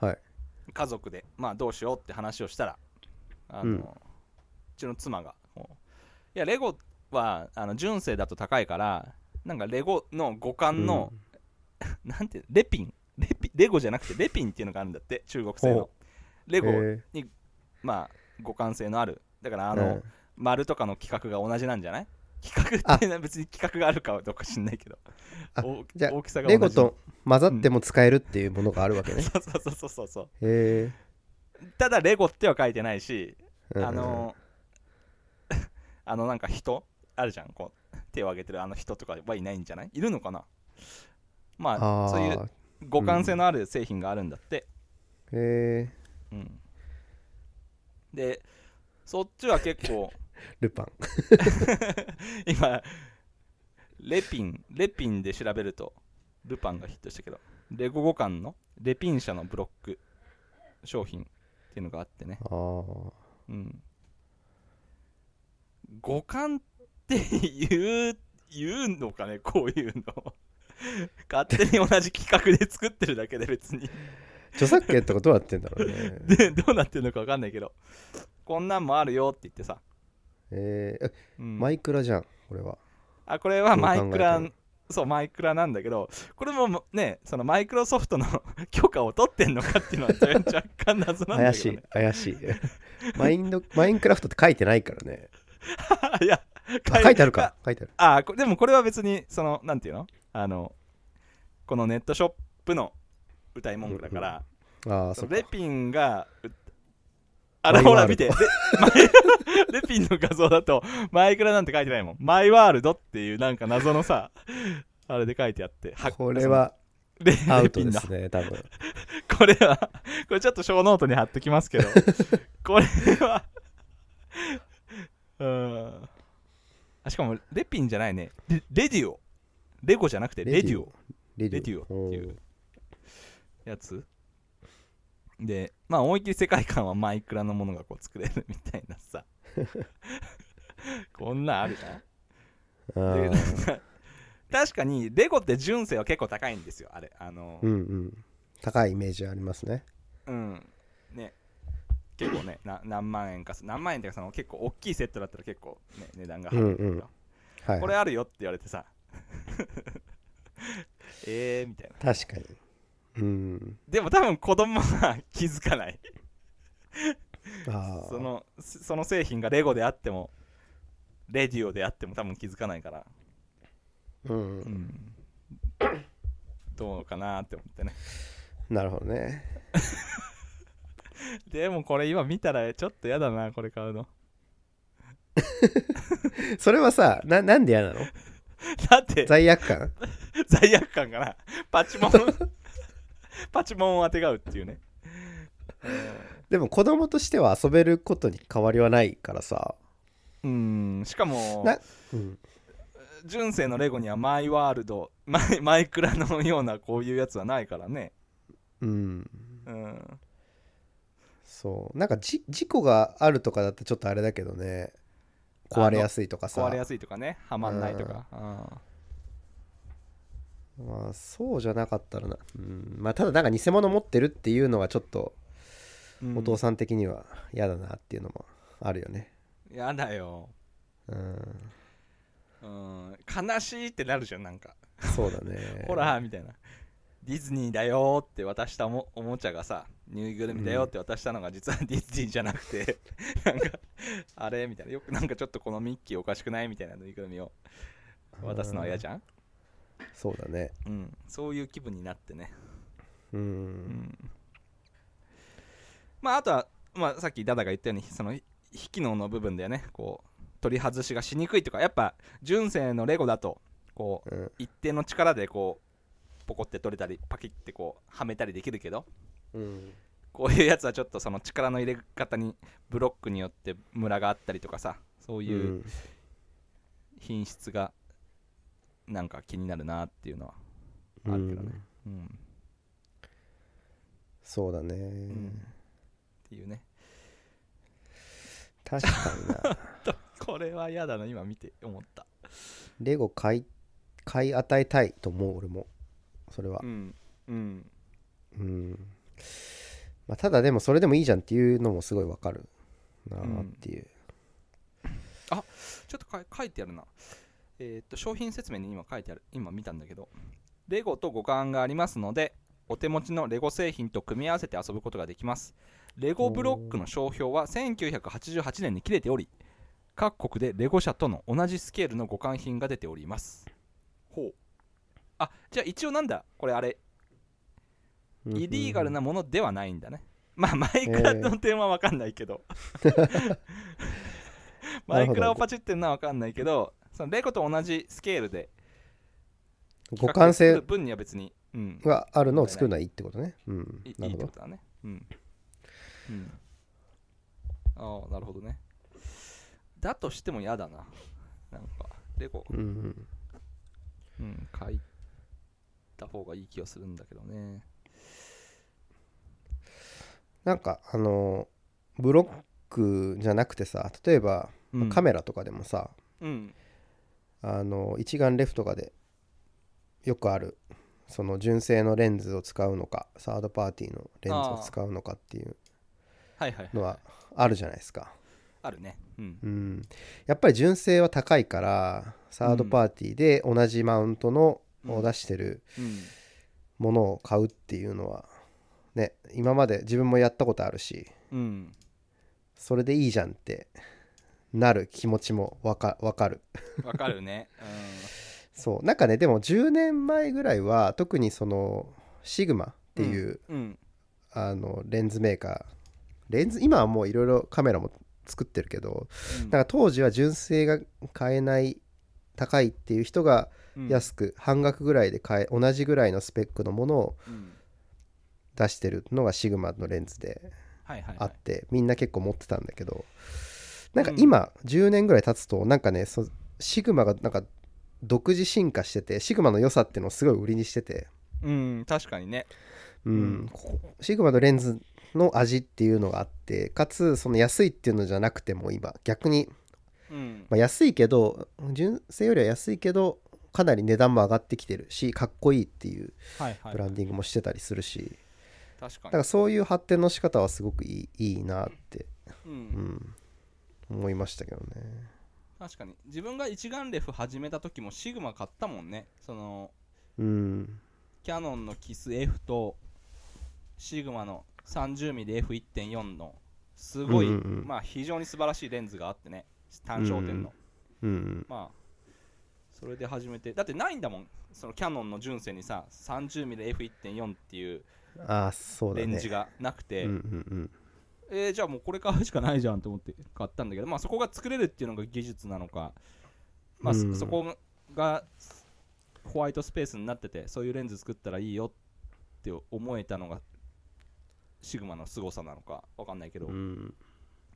S2: はい
S1: 家族で、まあ、どうしようって話をしたらあの、う
S2: うん
S1: ちの妻がもういやレゴはあの純正だと高いからなんかレゴの五感の、なんてレピンレピレゴじゃなくてレピンっていうのがあるんだって中国製の
S2: ほ
S1: レゴ、
S2: へー
S1: まあ互換性のあるだからあ
S2: う
S1: の、
S2: ん
S1: 丸とかの企画が同じなんじゃない企画って別に企画があるかはどうか知んないけど
S2: あ
S1: お
S2: じゃあ
S1: 大きさが同
S2: レ
S1: じ
S2: ゴと混ざっても使えるっていうものがあるわけね
S1: そうそうそうそうそう
S2: へ
S1: ただレゴっては書いてないし、
S2: え
S1: あの あのなんか人あるじゃんこう手を挙げてるあの人とかはいないんじゃないいるのかなまあ
S2: あ
S1: そういう
S2: ー
S1: 互換性のある製品があるんだって、
S2: へえ
S1: うん、でそっちは結構
S2: ルパン
S1: 今レピンレピンで調べるとルパンがヒットしたけどレゴ互換のレピン社のブロック商品っていうのがあってね
S2: あー
S1: うん五感って言う言うのかね こういうの勝手に同じ企画で作ってるだけで別に
S2: 著作権とかどうなってんだろうね
S1: でどうなってるのか分かんないけどこんなんもあるよって言ってさ、
S2: えーえ
S1: うん
S2: マイクラじゃんこれは
S1: あこれはマイクラ
S2: どう考え
S1: そうマイクラなんだけどこれもねそのマイクロソフトの 許可を取ってんのかっていうのは若干謎なんだけど、
S2: 怪し
S1: ね
S2: い、怪しいマインドマインクラフトって書いてないから ね
S1: 怪しいいや
S2: あ書いてあるか書いてある
S1: あこでもこれは別にそのなんていうのあのこのネットショップの歌い文句だから、
S2: ああ
S1: そ
S2: そ
S1: の
S2: っか
S1: レピンがう あ
S2: マ
S1: れ
S2: イ
S1: ほ
S2: ワ
S1: ら
S2: ー
S1: 見
S2: ルド
S1: てレマイ レピンの画像だとマイクラなんて書いてないもんマイワールドっていうなんか謎のさあれで書いてあって
S2: これは
S1: レ
S2: ア
S1: レピ
S2: ウト
S1: ン
S2: で
S1: だ
S2: すね多分
S1: これは、これちょっと小ノートに貼っときますけ ど、これは、うん。あ、しかも、レピンじゃないね。レレディオ。レゴじゃなくて、レディオ。
S2: レ
S1: レディオっていうやつ。で、まあ、思いっきり世界観はマイクラのものがこう作れるみたいな さ。こんなんあるじゃん
S2: おー
S1: でな
S2: あ
S1: ん
S2: ー
S1: か 確かに、レゴって純正は結構高いんですよ、あれ。あの、
S2: うんうん高いイメージありますね
S1: うんね結構ねな何万円かす何万円っていうかその結構大きいセットだったら結構、ね、値段が張るんだけど、
S2: うんうんはい
S1: これあるよって言われてさ えーみたいな
S2: 確かにうん
S1: でも多分子供は 気づかない
S2: ああ
S1: そのそその製品がレゴであってもレディオであっても多分気づかないから、
S2: うん
S1: う、ん、どうかなって思ってね
S2: なるほどね
S1: でもこれ今見たらちょっとやだなこれ買うの
S2: それはさななんで嫌なの
S1: だって
S2: 罪悪感
S1: 罪悪感がなパチモンパチモンをあてがうっていうね
S2: でも子供としては遊べることに変わりはないからさ
S1: うんしかも
S2: な、うん、
S1: 純正のレゴにはマイワールドマイマイクラのようなこういうやつはないからね
S2: うん、
S1: うん
S2: そうなんかじ事故があるとかだとちょっとあれだけどね壊れやすいとかさ
S1: 壊れやすいとかねはまんないとかうん
S2: まあ、そうじゃなかったらな、うんまあ、ただなんか偽物持ってるっていうのはちょっと
S1: うん
S2: お父さん的には嫌だなっていうのもあるよね
S1: やだよ、
S2: うん
S1: うん、悲しいってなるじゃんなんか、
S2: そうだね
S1: ほらみたいなディズニーだよーって渡したおもおもちゃがさぬいぐるみだよって渡したのが実はディズニーじゃなく てなんかあれみたいなよくなんかちょっとこのミッキーおかしくないみたいなぬいぐるみを渡すのは嫌じゃん、
S2: そうだね
S1: うん、そういう気分になってね、
S2: う
S1: うんん、まああとは、まあ、さっきダダが言ったようにそのひ非機能の部分だよねこう取り外しがしにくいとかやっぱ純正のレゴだとこう
S2: うん
S1: 一定の力でこうポコって取れたりパキってこうはめたりできるけど
S2: うん
S1: こういうやつはちょっとその力の入れ方にブロックによってムラがあったりとかさそう
S2: う
S1: いうん品質がなんか気になるなっていうのはあるけどねうん、
S2: そうだね、
S1: うんっていうね
S2: 確かにな
S1: これは嫌だな今見て思った
S2: レゴ買い買い与えたいと思う俺もそれは
S1: うんうん
S2: うんまあ、ただでもそれでもいいじゃんっていうのもすごいわかるなあっていう、
S1: ちょっとか書いてあるな。えーっと、商品説明に今書いてある。今見たんだけど。レゴと互換がありますので、お手持ちのレゴ製品と組み合わせて遊ぶことができます。レゴブロックの商標は1988年に切れており、各国でレゴ社との同じスケールの互換品が出ております。ほう。あ、じゃあ一応なんだこれあれ、
S2: うん
S1: イリーガルなものではないんだね。まあ、マイクラの点は分かんないけど。 マイクラをパチってんのは分かんないけど、そのレゴと同じスケールで、
S2: 互換性
S1: 分には別に、うん、
S2: があるのを作るのはいいってことねうん
S1: いい
S2: ない
S1: いって
S2: るほど
S1: ことだね。うん。うん、ああ、なるほどね。だとしても嫌だな。なんか、レゴ、
S2: うんうん
S1: うん、書いた方がいい気がするんだけどね。
S2: なんかあのーブロックじゃなくてさ例えば
S1: うん、
S2: カメラとかでもさ、
S1: うん。
S2: あのー一眼レフとかでよくあるその純正のレンズを使うのかサードパーティーのレンズを使うのかっていう
S1: はいはい、はい。
S2: のはあるじゃないですか
S1: あるね。うん。
S2: うん、やっぱり純正は高いからサードパーティーで同じマウントの
S1: うん
S2: を出してる
S1: うん。
S2: ものを買うっていうのはね今まで自分もやったことあるし
S1: うん。
S2: それでいいじゃんってなる気持ちもわかわかる
S1: わかるね。
S2: そうなんかねでも10年前ぐらいは特にそのシグマっていう、
S1: うん。うん。
S2: あのレンズメーカーレンズ今はもういろいろカメラも作ってるけど
S1: うん
S2: なんか当時は純正が買えない高いっていう人が
S1: うん
S2: 安く半額ぐらいで買え同じぐらいのスペックのものを
S1: うん
S2: 出してるのがシグマのレンズで
S1: はいはい
S2: あ
S1: は
S2: っ
S1: い。
S2: てみんな結構持ってたんだけどなんか今10年ぐらい経つとなんかねそシグマがなんか独自進化しててシグマの良さっていうのをすごい売りにしてて
S1: うん、確かにね。
S2: うんここシグマのレンズの味っていうのがあってかつその安いっていうのじゃなくても今逆に
S1: うん。
S2: まあ、安いけど純正よりは安いけどかなり値段も上がってきてるしかっこいいっていう
S1: はいはい
S2: ブランディングもしてたりするし
S1: 確か
S2: だか
S1: に。
S2: らそういう発展の仕方はすごくいいいいなって、
S1: う。
S2: うんん、思いましたけどね
S1: 確かに。自分が一眼レフ始めた時もシグマ買ったもんね。その、
S2: うん
S1: キャノンのキス F と、シグマの 30mmF1.4 の、すごい、
S2: うんうんうん
S1: まあ非常に素晴らしいレンズがあってね。単焦点の。
S2: うん
S1: まあ、それで始めて。だってないんだもん。そのキャノンの純正にさ、30mmF1.4 っていう
S2: ああそうだ
S1: レ
S2: ね
S1: ンジがなくて。
S2: うんうん
S1: えーじゃあもうこれ買うしかないじゃんと思って買ったんだけど、まあ、そこが作れるっていうのが技術なのか、まあそ
S2: うん
S1: そこがホワイトスペースになっててそういうレンズ作ったらいいよって思えたのがシグマの凄さなのかわかんないけど、
S2: うん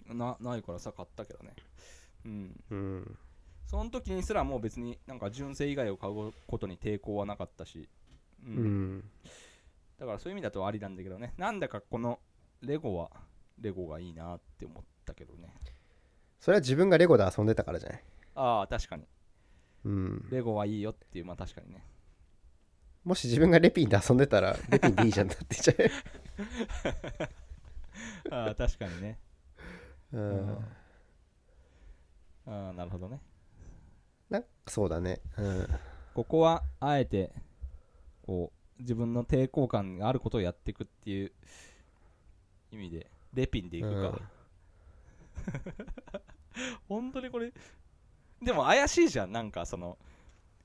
S1: なないからさ買ったけどねうん
S2: うん
S1: その時にすらもう別になんか純正以外を買うことに抵抗はなかったし、う
S2: うんん
S1: だからそういう意味だとありなんだけどねなんだかこのレゴはレゴがいいなって思ったけどね
S2: それは自分がレゴで遊んでたからじゃない
S1: ああ確かに
S2: うん
S1: レゴはいいよっていうまあ確かにね
S2: もし自分がレピンで遊ん でたらレピンでいいじゃんだって言っちゃ
S1: ああ確かにね
S2: うう
S1: うんんああなるほどね
S2: なんかそうだねうん
S1: ここはあえてこう自分の抵抗感があることをやっていくっていう意味でレピンでいくか、
S2: うん
S1: 本当にこれでも怪しいじゃんなんかその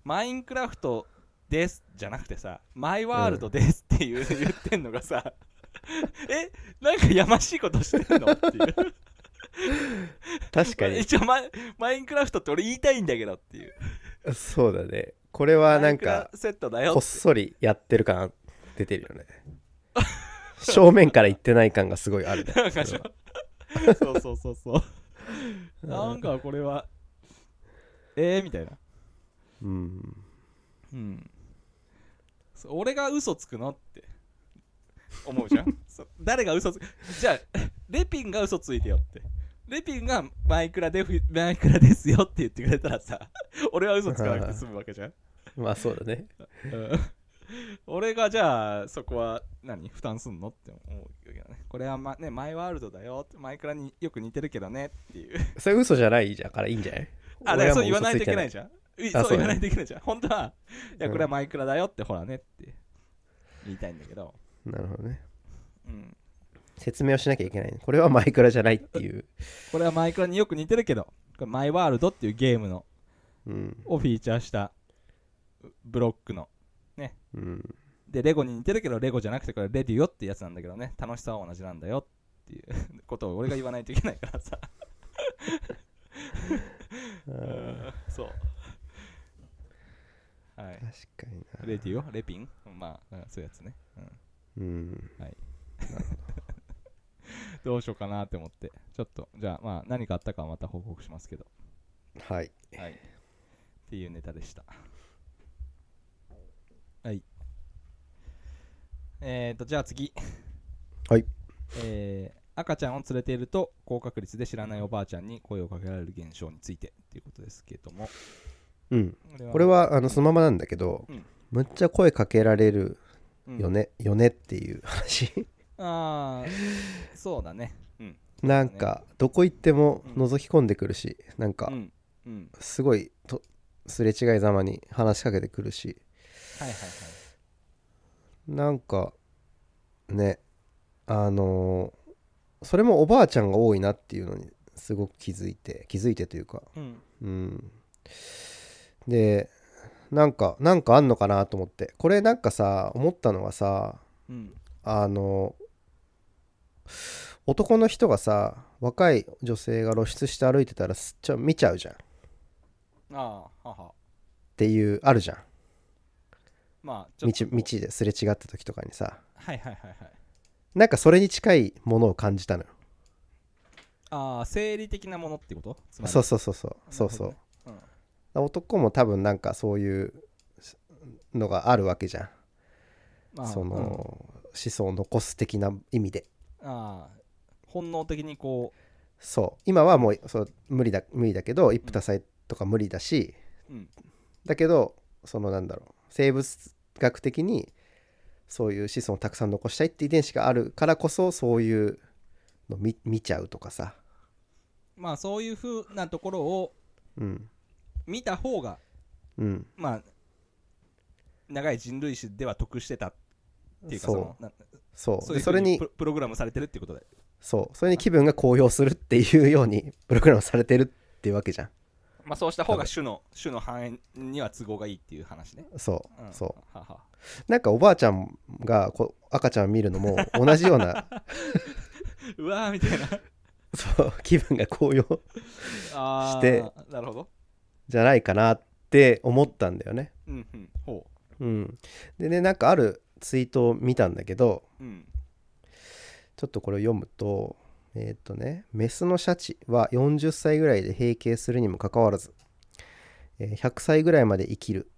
S1: マインクラフトですじゃなくてさマイワールドですっていう、言ってんのがさ えなんかやましいことしてんのっていう
S2: 確か に
S1: 一応マイマインクラフトって俺言いたいんだけどっていう
S2: そうだねこれはなん
S1: マイン
S2: か
S1: クラセットだよ
S2: こっそりやってる感出てるよね 正面から言ってない感がすごいあるね
S1: なんかしょ そうそうそうそう。なんかこれは、えー、みたいな。
S2: うん
S1: うん。そ俺が嘘つくのって思うじゃんそ誰が嘘つくじゃあ、レピンが嘘ついてよって。レピンがマイクラでふマイクラですよって言ってくれたらさ、 俺は嘘つかなくて済むわけじゃん。
S2: まあそうだね
S1: うん俺がじゃあそこは何負担すんのって思うけどねこれはまねマイワールドだよってマイクラによく似てるけどねっていう
S2: それ嘘じゃないじゃんからいいんじゃない
S1: あ
S2: 俺
S1: れ
S2: は
S1: そ
S2: も
S1: う言わないといけない
S2: 嘘
S1: じ
S2: つ
S1: ゃんい
S2: あ
S1: そう
S2: そ
S1: 言
S2: うだね
S1: わないといけないじゃん 本当はいや
S2: うん
S1: これはマイクラだよってほらねって言いたいんだけど
S2: いなるほどね
S1: うん
S2: 説明をしなきゃいけないねこれはマイクラじゃないっていう、
S1: これはマイクラによく似てるけどこれマイワールドっていうゲームの
S2: うん
S1: をフィーチャーしたブロックの
S2: うん、
S1: でレゴに似てるけどレゴじゃなくてこれレディよってやつなんだけどね楽しさは同じなんだよっていう ことを俺が言わないといけないからさうんそうはい
S2: 確かにな
S1: レディオレピンまあうんそういうやつね、うん、
S2: うん
S1: どうしようかなって思ってちょっとじゃあまあ何かあったかはまた報告しますけど
S2: はい
S1: はいっていうネタでしたはいえーとじゃあ次
S2: はい
S1: えー赤ちゃんを連れていると高確率で知らないおばあちゃんに声をかけられる現象についてっていうことですけども
S2: うんこ
S1: こ
S2: れはあのそのままなんだけど、
S1: うん
S2: むっちゃ声かけられる
S1: うん
S2: よね、よねっていう話
S1: ああそうだねうん
S2: なんかどこ行っても覗き込んでくるし、なんか
S1: うんうん
S2: すごいとすれ違いざまに話しかけてくるし
S1: はいはい
S2: なんかねあのーそれもおばあちゃんが多いなっていうのにすごく気づいて気づいてというか
S1: はいうん
S2: うんでなんかなんかあんのかなと思ってこれなんかさ思ったのはさ
S1: うん
S2: あの男の人がさ若い女性が露出して歩いてたらすちょ見ちゃうじゃんっ
S1: ああはは
S2: ていうあるじゃん
S1: まあちょ
S2: 道
S1: っとこう
S2: 道ですれ違った時とかにさ
S1: はいはいはいはい
S2: なんかそれに近いものを感じたのよ
S1: ああ生理的なものってことつまり
S2: そうそうそうそうそう
S1: なる
S2: そう
S1: ほどね
S2: 男も多分なんかそういうのがあるわけじゃん
S1: うんまあ
S2: その、子孫を残す的な意味で
S1: うんああ本能的にこ
S2: そう今はもうそう無理だ無理だけど一夫多妻とか無理だし、
S1: う、うん、
S2: だけどそのなんだろう生物学的にそういう子孫をたくさん残したいって遺伝子があるからこそそういうの見見ちゃうとかさ
S1: まあそういうふうなところを
S2: うん
S1: 見た方が
S2: うん
S1: まあ長い人類史では得してたっていうかそ
S2: そ
S1: のな
S2: そ
S1: そ
S2: うそ
S1: い
S2: う
S1: う
S2: で
S1: ふ
S2: そうれ
S1: に
S2: に
S1: プロプログラムされてるってことで
S2: そうそれに気分が高揚するっていうように プログラムされてるっていうわけじゃん
S1: まあそうした方が種の種の繁栄には都合がいいっていう話ね、
S2: そう、
S1: うん、
S2: そう
S1: はは
S2: なんかおばあちゃんがこう赤ちゃんを見るのも同じような
S1: うわーみたいな
S2: そう気分が高揚
S1: あー
S2: して
S1: なるほど
S2: じゃないかなって思ったんだよね。
S1: うんうんほ
S2: うん、でねなんかあるツイートを見たんだけど
S1: ううん
S2: ちょっとこれを読むとえーっとねメスのシャチは40歳ぐらいで閉経するにもかかわらず、えー100歳ぐらいまで生きる、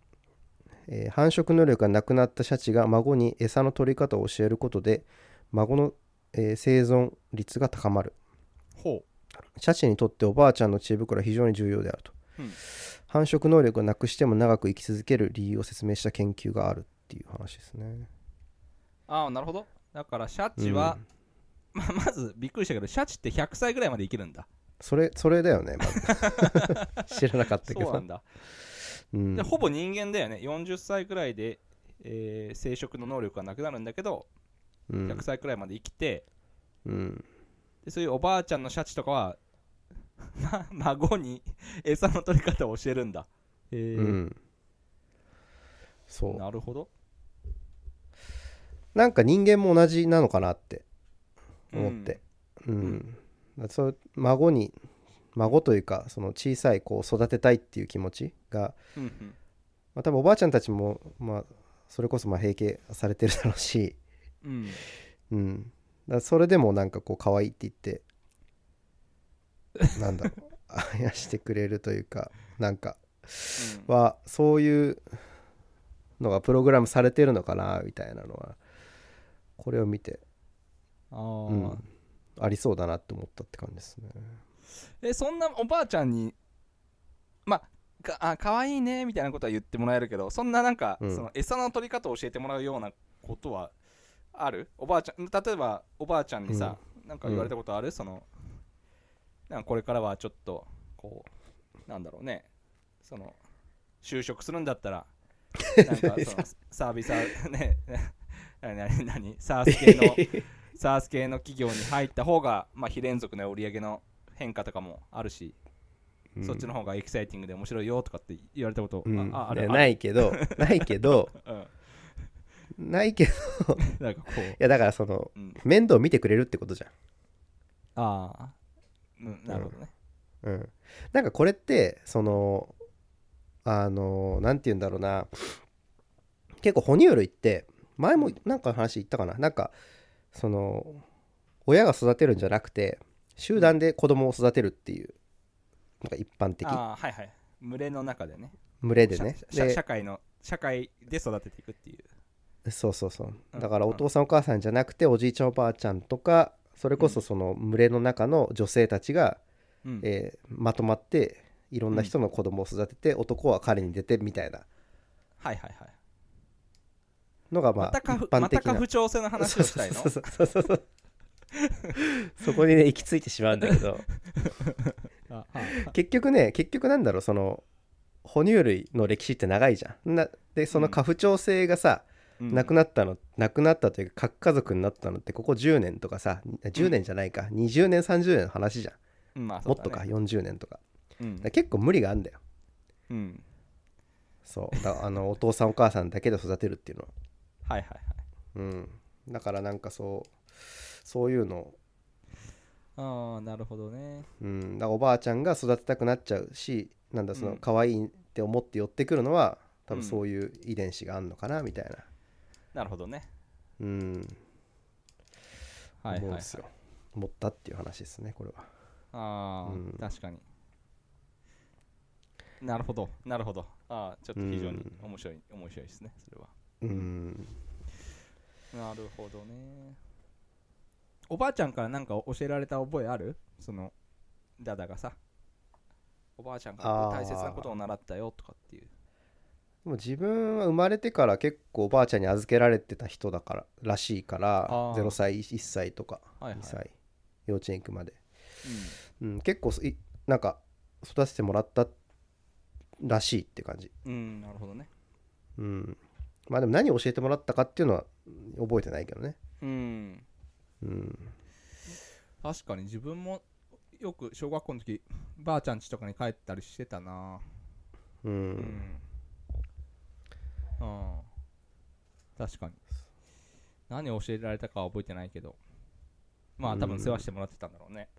S2: えー繁殖能力がなくなったシャチが孫に餌の取り方を教えることで孫の、えー生存率が高まる
S1: ほ
S2: シャチにとっておばあちゃんの知恵袋は非常に重要であると、
S1: うん
S2: 繁殖能力をなくしても長く生き続ける理由を説明した研究があるっていう話ですね
S1: うああなるほどだからシャチは、まあ、 まずびっくりしたけどシャチって100歳ぐらいまで生きるんだ
S2: それそれだよね、まず 知らなかったけ
S1: そうな
S2: ど
S1: ん、だ、
S2: うん
S1: でほぼ人間だよね40歳ぐらいで、えー生殖の能力がなくなるんだけど
S2: うん
S1: 100歳くらいまで生きて、
S2: うん
S1: でそういうおばあちゃんのシャチとかは、 ま、孫に餌の取り方を教えるんだえ
S2: う
S1: ー
S2: んそ
S1: なるほど、
S2: うなんか人間も同じなのかなって
S1: うん
S2: 思って、うんだそう孫に孫というかその小さい子を育てたいっていう気持ちが、
S1: うんうん
S2: まあ、多分おばあちゃんたちも、まあ、それこそまあ閉経されてるだろうし、
S1: うん、
S2: うん、だからそれでもなんかこう可愛いって言ってな んだろうあやしてくれるというかなんかはそういうのがプログラムされてるのかなみたいなのはこれを見て、
S1: あー
S2: うん、ありそうだなって思ったって感じですね。
S1: えそんなおばあちゃんにまあかあ可愛いねみたいなことは言ってもらえるけどそんななんか、
S2: うん
S1: その餌の取り方を教えてもらうようなことはあるおばあちゃん例えばおばあちゃんにさ、なんか言われたことある、そのなんかこれからはちょっとこうなんだろうねその就職するんだったらなんかそ のサービスはね 何何何サース系の サース系の企業に入った方が、まあ、非連続の売り上げの変化とかもあるし、そっちの方がエキサイティングで面白いよとかって言われたこと、
S2: うん
S1: あああ
S2: い
S1: る
S2: や
S1: あ、
S2: ないいけどないけど
S1: うん、
S2: ないけどい
S1: なんかこう、
S2: やだからその
S1: うん、
S2: 面倒見てくれるってことじゃん。
S1: ああ、うん、なるほどね、
S2: うん、なんかこれってそのあのなんて言うんだろうな結構哺乳類って前もなんかの話言ったかななんかその親が育てるんじゃなくて集団で子供を育てるっていうなんか一般的
S1: ああはいはい群れの中でね
S2: 群れでね
S1: 社社
S2: で
S1: 社会の社会で育てていくっていう
S2: そうそうそう
S1: うん
S2: だからお父さんお母さんじゃなくておじいちゃんおばあちゃんとかそれこそその群れの中の女性たちが、
S1: うん、
S2: えーまとまっていろんな人の子供を育てて男は彼に出てみたいな
S1: はいはいはい
S2: のがま
S1: また
S2: あ一
S1: か不
S2: 般
S1: また
S2: 的
S1: か
S2: な
S1: 不調性の話をしたいの
S2: そうそうそうそうそうそこにね行き着いてしまうんだ けど
S1: あはい
S2: 結局ね結局なんだろうその哺乳類の歴史って長いじゃんなでその過不調性がさ、
S1: うん
S2: なくなったのなくなったというか核家族になったのってここ10年とかさ10年じゃないか、20年30年の話じゃん、
S1: うんまあそ
S2: も
S1: う
S2: っ
S1: だ
S2: と
S1: ね
S2: か40年とか
S1: うん
S2: だから結構無理があんだよ
S1: うん
S2: そうだあのお父さんお母さんだけで育てるっていうのは
S1: はいはいはい
S2: うんだからなんかそうそういうの
S1: ああなるほどね
S2: うん、だからおばあちゃんが育てたくなっちゃうしなんだそ
S1: うん
S2: の可愛いって思って寄ってくるのは、多
S1: うん
S2: 分そういう遺伝子があんのかなみたいな、
S1: なるほどね
S2: うん
S1: はいはい、
S2: 思うん
S1: はい
S2: です、よ思ったっていう話ですねこれは
S1: ああ、
S2: うん
S1: 確かになるほどなるほどああちょっと非常に
S2: うん
S1: 面白い、面白いですねそれは
S2: うん
S1: なるほどねおばあちゃんからなんか教えられた覚えあるそのダダがさおばあちゃんからこう
S2: あー
S1: 大切なことを習ったよとかっていう
S2: でも自分は生まれてから結構おばあちゃんに預けられてた人だかららしいから
S1: あー
S2: 0歳1歳とか
S1: はいはい
S2: 2歳、幼稚園行くまで、うん、結構いなんか育ててもらったらしいって感じ
S1: うん、うん、なるほどね
S2: うん、まあでも何を教えてもらったかっていうのはうん覚えてないけどね。
S1: うん
S2: うん、
S1: 確かに自分もよく小学校の時ばあちゃん家とかに帰ったりしてたな
S2: う、
S1: うんん、うん、確かに何を教えられたかは覚えてないけどまあ多分世話してもらってたんだろうね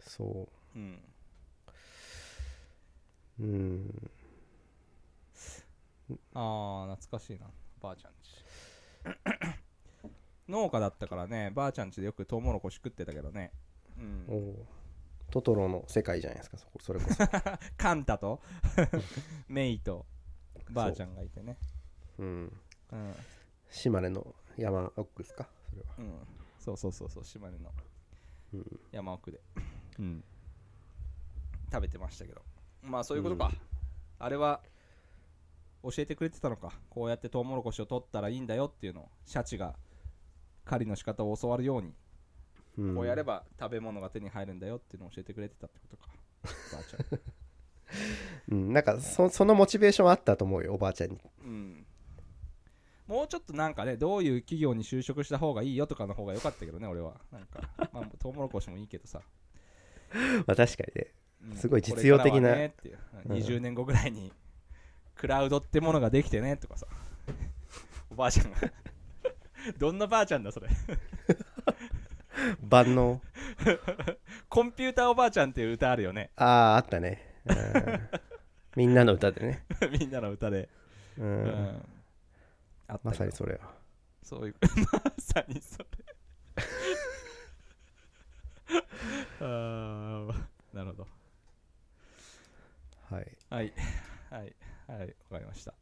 S2: そ
S1: うん
S2: う、うん、
S1: ああ懐かしいなばあちゃんち 農家だったからねばあちゃんちでよくトウモロコシ食ってたけどねう
S2: お
S1: ん
S2: おトトロの世界じゃないですかそこそ れこそ
S1: カンタとメイとばあちゃんがいてね
S2: うん
S1: うん
S2: 島根の山奥ですかそれは
S1: うん、そうそうそうそう島根の
S2: うん
S1: 山奥で、うん、食べてましたけどまあそういうことか、
S2: う
S1: あれは教えてくれてたのかこうやってトウモロコシを取ったらいいんだよっていうのをシャチが狩りの仕方を教わるように、
S2: うん
S1: こうやれば食べ物が手に入るんだよっていうのを教えてくれてたって ことかばあちゃん
S2: うん、なんかそそのモチベーションはあったと思うよおばあ ちゃんに
S1: うんもうちょっとなんかねどういう企業に就職した方がいいよとかの方が良かったけどね俺はなんか、まあ、トウモロコシもいいけどさ
S2: まあ確かにね
S1: うん
S2: すごい実用的な
S1: これからはねっていう
S2: うん
S1: 20年後ぐらいにクラウドってものができてねとかさ おばあちゃんが どんなばあちゃんだそれ
S2: 万能
S1: コンピューターおばあちゃんっていう歌あるよね
S2: あああったね、うん、みんなの歌でね、
S1: みんなの歌で、
S2: う
S1: うんあったけど
S2: まさにそれは
S1: そういう まさにそれ あーな るほど
S2: はい
S1: はい はいはいわかりました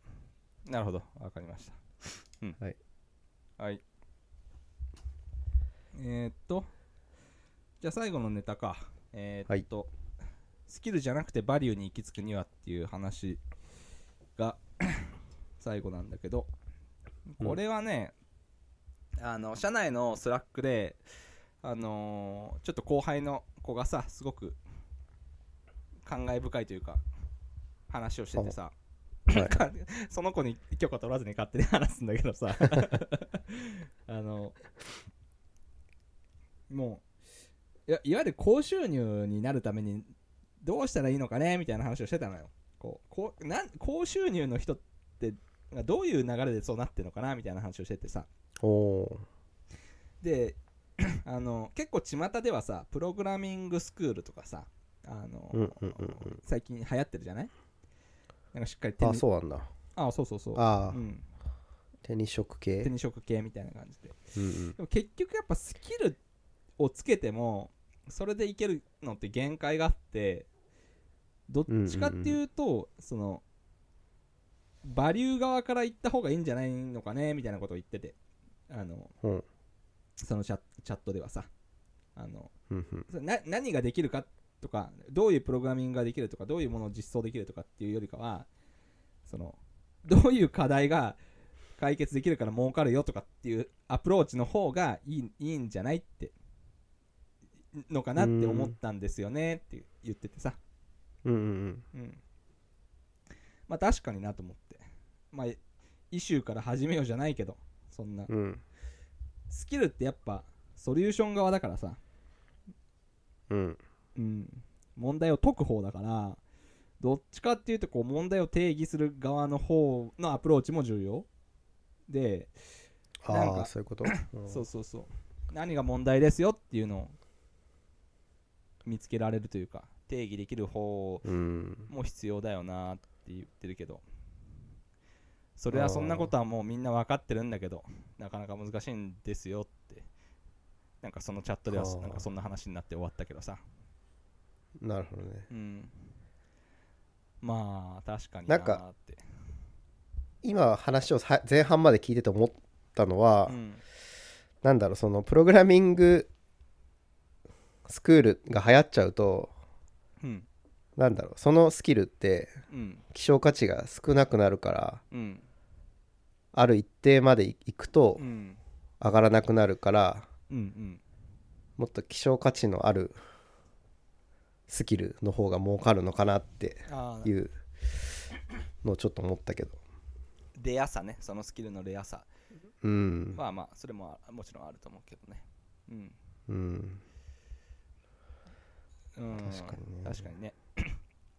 S1: なるほどわかりましたうん
S2: はい
S1: はいえー、っとじゃあ最後のネタかえー、っと、スキルじゃなくてバリューに行き着くにはっていう話が 最後なんだけど
S2: うん
S1: これはね、あの社内のスラックであのーちょっと後輩の子がさすごく感慨深いというか話をしててさ、
S2: はい
S1: かその子に許可取らずに勝手に話すんだけどさ あのもういやいわゆる高収入になるためにどうしたらいいのかねみたいな話をしてたのよこうこうなん高収入の人ってどういう流れでそうなってるのかなみたいな話をしててさ
S2: おお
S1: で あの結構巷ではさプログラミングスクールとかさあの、
S2: うんうんうんうん
S1: 最近流行ってるじゃないなんかしっかり手
S2: ー
S1: に
S2: あそうなんだ
S1: あそうそうそう
S2: ああ、
S1: うん、
S2: 手に職
S1: 手
S2: 系
S1: に職系みたいな感じで
S2: うんうん
S1: でも結局やっぱスキルをつけてもそれでいけるのって限界があってどっちかっていうと、そのバリュー側から行った方がいいんじゃないのかねみたいなことを言っててあの
S2: うん
S1: そのチャチャットではさあの
S2: うんうん
S1: それな何ができるかとかどういうプログラミングができるとかどういうものを実装できるとかっていうよりかはそのどういう課題が解決できるから儲かるよとかっていうアプローチの方がいいいいんじゃないってのかなって思ったんですよねって言っててさ、
S2: うんうん
S1: うん、まあ確かになと思ってまあイシューから始めようじゃないけどそんな
S2: うんうん
S1: スキルってやっぱソリューション側だからさ
S2: うん
S1: うん、問題を解く方だからどっちかっていうとこう問題を定義する側の方のアプローチも重要で、なん
S2: あ
S1: か
S2: あそういうこと、うん
S1: そうそうそう何が問題ですよっていうのを見つけられるというか定義できる方
S2: うん
S1: も必要だよなって言ってるけどそれはそんなことはもうみんな分かってるんだけどなかなか難しいんですよってなんかそのチャットでは
S2: あー
S1: なんかそんな話になって終わったけどさ
S2: なるほどね
S1: うん、まあ確かに
S2: な
S1: なん
S2: か
S1: ーって
S2: 今話をさ前半まで聞いてて思ったのは、
S1: うん
S2: なんだろうそのプログラミングスクールが流行っちゃうと
S1: うん
S2: なんだろうそのスキルって
S1: うん
S2: 希少価値が少なくなるから
S1: うん
S2: ある一定までいいくと
S1: うん
S2: 上がらなくなるから
S1: うんうん
S2: もっと希少価値のあるスキルの方が儲かるのかなって
S1: ああ
S2: いうのをちょっと思ったけど
S1: レアさねそのスキルのレアさ
S2: うん
S1: まあまあそれもあもちろんあると思うけどねうん、
S2: うん
S1: うん、
S2: 確かにね
S1: 確かにね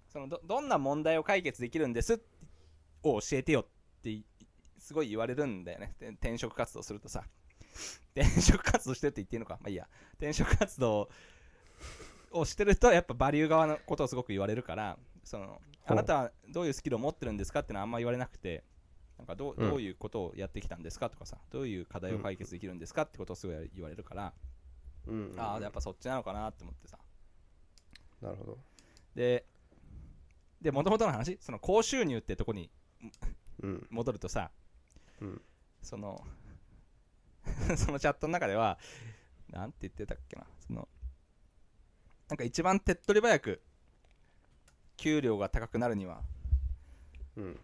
S1: そのどどんな問題を解決できるんですを教えてよっていすごい言われるんだよねて転職活動するとさ 転職活動してるって言っていいのかまあいいや転職活動をしてるとやっぱバリュー側のことをすごく言われるからその
S2: ほう
S1: あなたはどういうスキルを持ってるんですかってのはあんま言われなくてなんかどう
S2: うん
S1: どういうことをやってきたんですかとかさ、どういう課題を解決できるんですかってことをすごい言われるから、
S2: うんうん
S1: ああ、やっぱそっちなのかなって思ってさ。
S2: なるほど
S1: で、で、もともとの話、その高収入ってとこに
S2: うん
S1: 戻るとさ、
S2: うん
S1: その そのチャットの中ではなんて言ってたっけなそのなんか一番手っ取り早く給料が高くなるには
S2: うん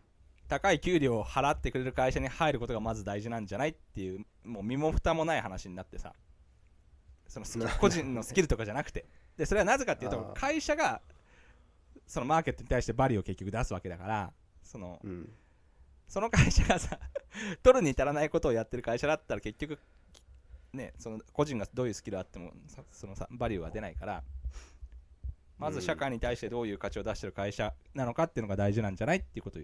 S1: 高い給料を払ってくれる会社に入ることがまず大事なんじゃないっていうもう身も蓋もない話になってさそのスキ
S2: なる
S1: 個人のスキルとかじゃなくてでそれはなぜかっていうと
S2: あー
S1: 会社がそのマーケットに対してバリを結局出すわけだからその、
S2: うん
S1: その会社がさ 取るに至らないことをやってる会社だったら結局ねその個人がどういうスキルあってもさそのさバリューは出ないからまず社会に対してどういう価値を出してる会社なのかっていうのが大事なんじゃないっていうことを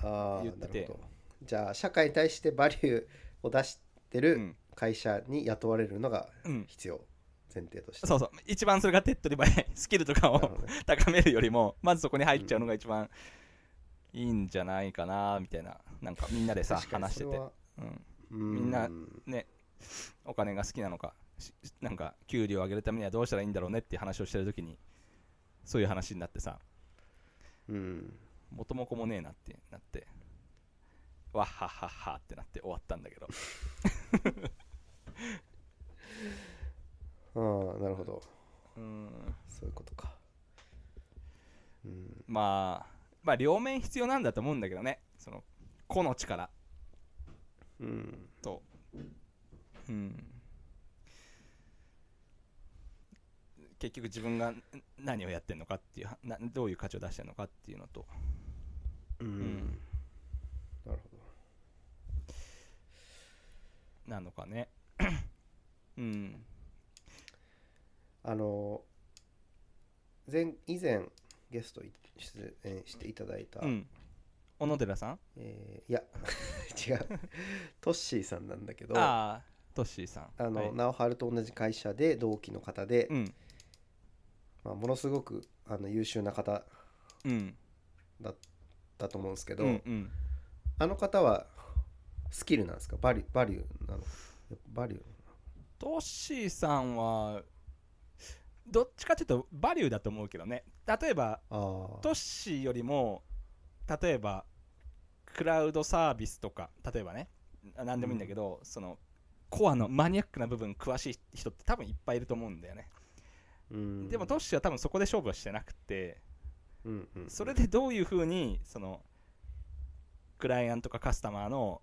S2: ああ
S1: 言って
S2: な
S1: て
S2: るほどじゃあ社会に対してバリューを出して
S1: う
S2: る
S1: ん
S2: 会社に雇われるのが
S1: うん
S2: 必要前提として
S1: そうそう一番それが手っ取り早いスキルとか
S2: なるほ
S1: を
S2: どね
S1: 高めるよりもまずそこに入っちゃうのが一番いいんじゃないかなみたいななんかみんなでさ
S2: 確かに
S1: 話して
S2: そ
S1: て
S2: れは
S1: うん
S2: う
S1: みんな
S2: うん
S1: ね、お金が好きなのか、しなんか給料を上げるためにはどうしたらいいんだろうねっていう話をしてるときに、そういう話になってさ、
S2: うん
S1: 元も子もねえなってなって、わっはっはっはってなって終わったんだけど、
S2: ああなるほど
S1: うーん、
S2: そういうことかうん
S1: まあ、まあ、両面必要なんだと思うんだけどね、その、個の力
S2: うん
S1: と、うん、結局自分がん何をやってんのかっていうは、などういう価値を出してんのかっていうのと、
S2: うんなるほど
S1: なのかねうん
S2: あの前以前ゲストい出演していただいた、
S1: うん小野寺さん
S2: えーいや 違うトッシーさんなんだけどあ
S1: ああトッシーさん
S2: の、
S1: はい
S2: 直春と同じ会社で同期の方で、
S1: うん
S2: まあ、ものすごくあの優秀な方
S1: うん
S2: だったと思うんですけど、
S1: うんうん
S2: あの方はスキルなんですかバリュバリューなのバリュー
S1: トッシーさんはどっちかっていうとバリューだと思うけどね例えば
S2: あ
S1: トッシーよりも例えばクラウドサービスとか例えばねあ何でもいいんだけど、そのコアのマニアックな部分詳しい人って多分いっぱいいると思うんだよね、
S2: うん
S1: でもトッシーは多分そこで勝負はしてなくて
S2: うんうん
S1: それでどういうふうにそのクライアントかカスタマーの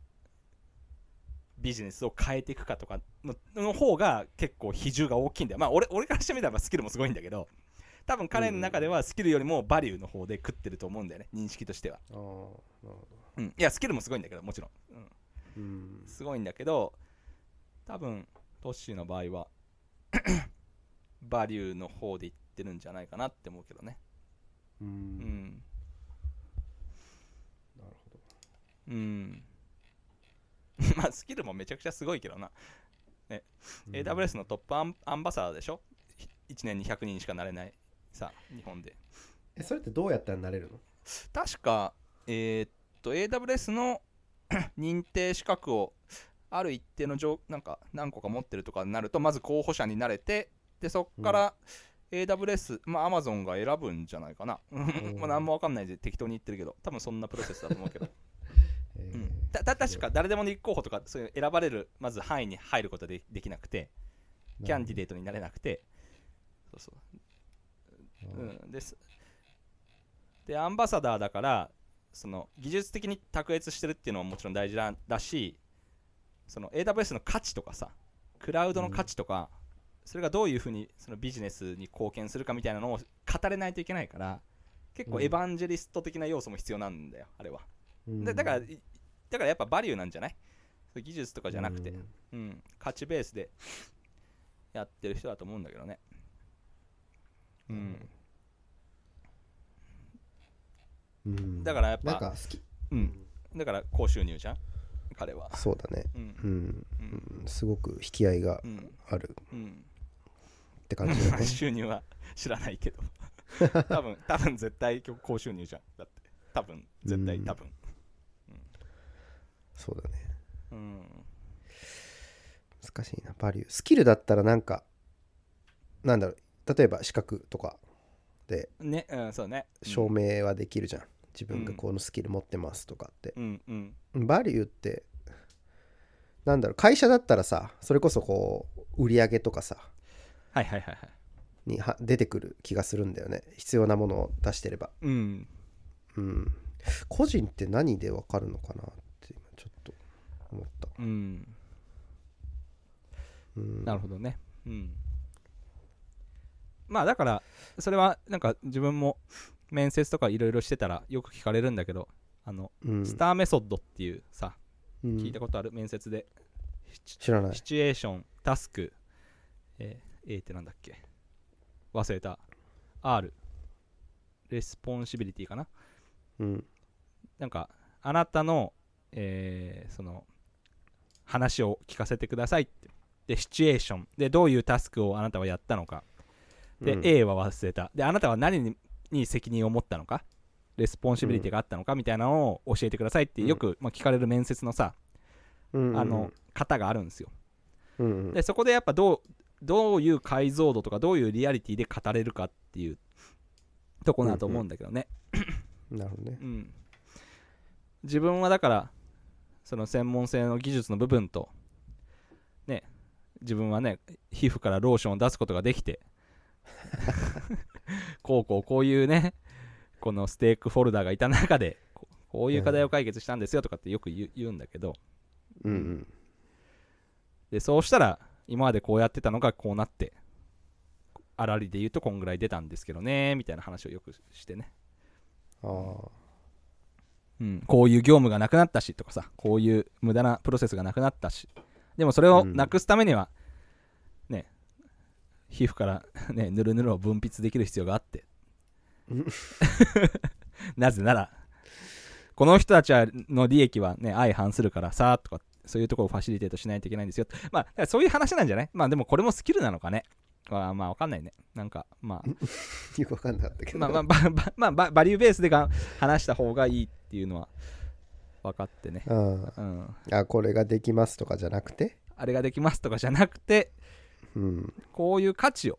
S1: ビジネスを変えていくかとかのの方が結構比重が大きいんだよまあ俺俺からしてみればスキルもすごいんだけど多分彼の中ではスキルよりもバリューの方で食ってると思うんだよね認識としては、
S2: ああなるほど
S1: うん、いやスキルもすごいんだけどもちろん、うん、
S2: うん
S1: すごいんだけど多分トッシーの場合は バリューの方でいってるんじゃないかなって思うけどね
S2: う
S1: うんん
S2: なるほど
S1: うん まあスキルもめちゃくちゃすごいけどな、
S2: うん
S1: AWS のトップアンアンバサダーでしょ1年に100人しかなれないさ日本で
S2: えそれってどうやったらなれるの
S1: 確かえーっと AWS の 認定資格をある一定の上なんか何個か持ってるとかになるとまず候補者になれてでそっから AWS、まあ Amazon が選ぶんじゃないか なまあ何もわかんないで適当に言ってるけど多分そんなプロセスだと思うけど
S2: え
S1: う
S2: ー
S1: んたた確か誰でも立候補とかそういう選ばれるまず範囲に入ることでできなくてキャンディデートになれなくてそうそう、うん、ですでアンバサダーだからその技術的に卓越してるっていうのはもちろん大事だだしその AWS の価値とかさクラウドの価値とか、それがどういうふうにそのビジネスに貢献するかみたいなのを語れないといけないから結構エヴァンジェリスト的な要素も必要なんだよあれは。
S2: うん
S1: だだからいだからやっぱバリューなんじゃないそう技術とかじゃなくて
S2: うん、
S1: うん、価値ベースでやってる人だと思うんだけどね。う
S2: なる
S1: ん、
S2: うん
S1: だからやっぱ
S2: なんか好き
S1: うん、だから高収入じゃん彼は。
S2: そうだね
S1: うん
S2: うん
S1: うん
S2: うんすごく引き合いが
S1: うん
S2: ある
S1: うん
S2: って感じだね
S1: 収入は知らない けど多分多分絶対高収入じゃんだって多分絶対
S2: うん
S1: 多分
S2: そうだね
S1: うん
S2: 難しいなバリュースキルだったらなんかなんだろう例えば資格とかで
S1: ねうんそうね
S2: 証明はできるじゃん、自分が
S1: うん
S2: このスキル持ってますとかって、
S1: うんうん
S2: バリューってなんだろう会社だったらさそれこそこう売り上げとかさ
S1: はいはいはいはい
S2: には出てくる気がするんだよね必要なものを出してれば
S1: うん
S2: うん個人って何でわかるのかなって今ちょっと思った、
S1: うん
S2: うん、
S1: なるほどねうんまあだからそれはなんか自分も面接とかいろいろしてたらよく聞かれるんだけどあの
S2: ど、うん、
S1: スターメソッドっていうさ
S2: うん
S1: 聞いたことある面接でシチ
S2: 知らない
S1: シチュエーションタスクえー A ってなんだっけ忘れた R レスポンシビリティかな
S2: うん
S1: なんかあなたの、えーその話を聞かせてくださいってでシチュエーションでどういうタスクをあなたはやったのかで、
S2: うん
S1: A は忘れたであなたは何にに責任を持ったのかレスポンシビリティがあったのかみたいなのを教えてくださいって
S2: うん
S1: よく、まあ、聞かれる面接のさ、
S2: うんうんうん
S1: あの型があるんですよ
S2: うんうん
S1: でそこでやっぱどうどういう解像度とかどういうリアリティで語れるかっていうとこだと思うんだけどね、
S2: なるほどね
S1: うん自分はだからその専門性の技術の部分とね自分はね皮膚からローションを出すことができて こうこうこういうねこのステークホルダーがいた中でここういう課題を解決したんですよとかってよく言う言うんだけど
S2: うんうん
S1: でそうしたら今までこうやってたのがこうなってあらりで言うとこんぐらい出たんですけどねみたいな話をよくしてね、
S2: あ あ
S1: うん、こういう業務がなくなったしとかさこういう無駄なプロセスがなくなったしでもそれをなくすためには、ね皮膚から、 ね、ぬるぬるを分泌できる必要があって
S2: うん
S1: なぜならこの人たちはの利益はね相反するからさとかそういうところをファシリテートしないといけないんですよまあだからそういう話なんじゃないまあでもこれもスキルなのかねあまあわかんないねなんかまあ
S2: よくわかんなかったけど
S1: まあまあばば まあばバリューベースでが話した方がいいっていうのは分かってね、
S2: うん
S1: うん、
S2: あこれができますとかじゃなくて
S1: あれができますとかじゃなくて
S2: うん
S1: こういう価値を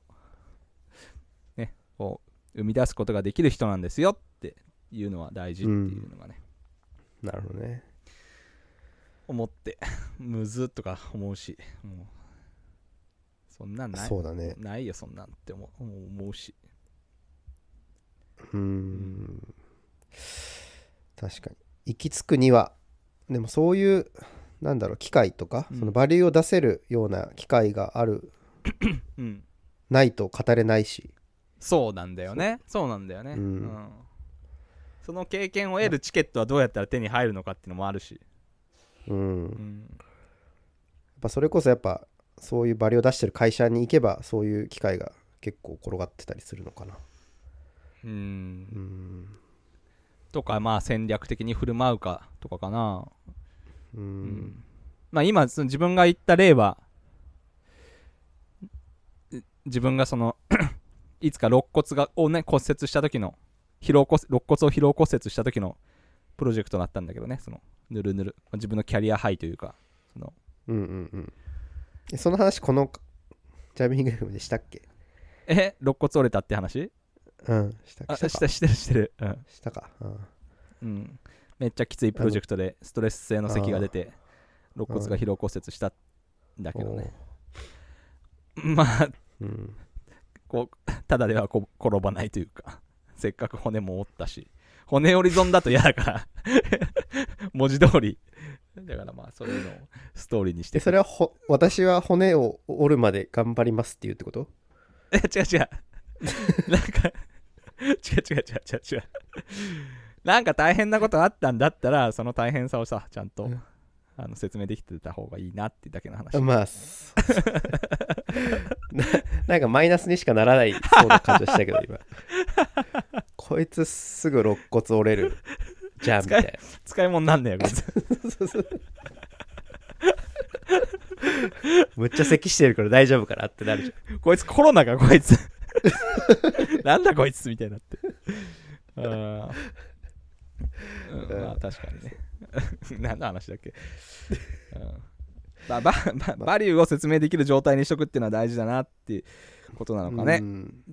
S1: ねこう生み出すことができる人なんですよっていうのは大事っていうのがね、
S2: なるほどね
S1: 思って むずっとか思うしもうそんなんない
S2: そうだね
S1: ないよそんなんって思う思うし
S2: うん確かに行き着くにはでもそういうなんだろう機会とか、
S1: うん
S2: そのバリューを出せるような機会がある
S1: うん
S2: ないと語れないし
S1: そうなんだよねそうなんだよね、
S2: うん
S1: その経験を得るチケットはどうやったら手に入るのかっていうのもあるし、
S2: うん
S1: う
S2: やっ
S1: ん、
S2: ぱそれこそやっぱそういうバリューを出してる会社に行けばそういう機会が結構転がってたりするのかな
S1: うん
S2: うん
S1: とかまあ戦略的に振る舞うかとかかな、う
S2: う
S1: んんまあ今その自分が言った例はう自分がその いつか肋骨がをね骨折した時の疲労骨肋骨を疲労骨折した時のプロジェクトだったんだけどねそのぬるぬる、まあ自分のキャリアハイというかその
S2: うんうんうんえその話このジャミング FM でしたっけ
S1: え肋骨折れたって話
S2: うんした
S1: あ
S2: した
S1: して
S2: か
S1: してるしてる、うん
S2: したかうん
S1: うん、めっちゃきついプロジェクトでストレス性の咳が出て肋骨が疲労骨折したんだけどね、 まあ
S2: おーうん
S1: こうただではこ転ばないというかせっかく骨も折ったし骨折り損だと嫌だから 文字通りだからまあそういうのをストーリーにして
S2: でそれはほ私は骨を折るまで頑張りますっていうってこと
S1: え 違う違うなんか違う違う違う違う違うなんか大変なことあったんだったらその大変さをさちゃんと、
S2: うん
S1: あの説明できてた方がいいなってだけの話
S2: まあそ ななんかマイナスにしかならないそうな感じがしたけど今こいつすぐ肋骨折れるじゃんみたいな
S1: 使い物になんねやこいつ
S2: むっちゃ咳してるから大丈夫かなってなるじゃ
S1: こいつコロナかこいつ なんだこいつみたいになってあーうんまあ確かにね 何の話だっけ、うんまあ、バババリューを説明できる状態にしとくっていうのは大事だなっていうことなのかね、
S2: うん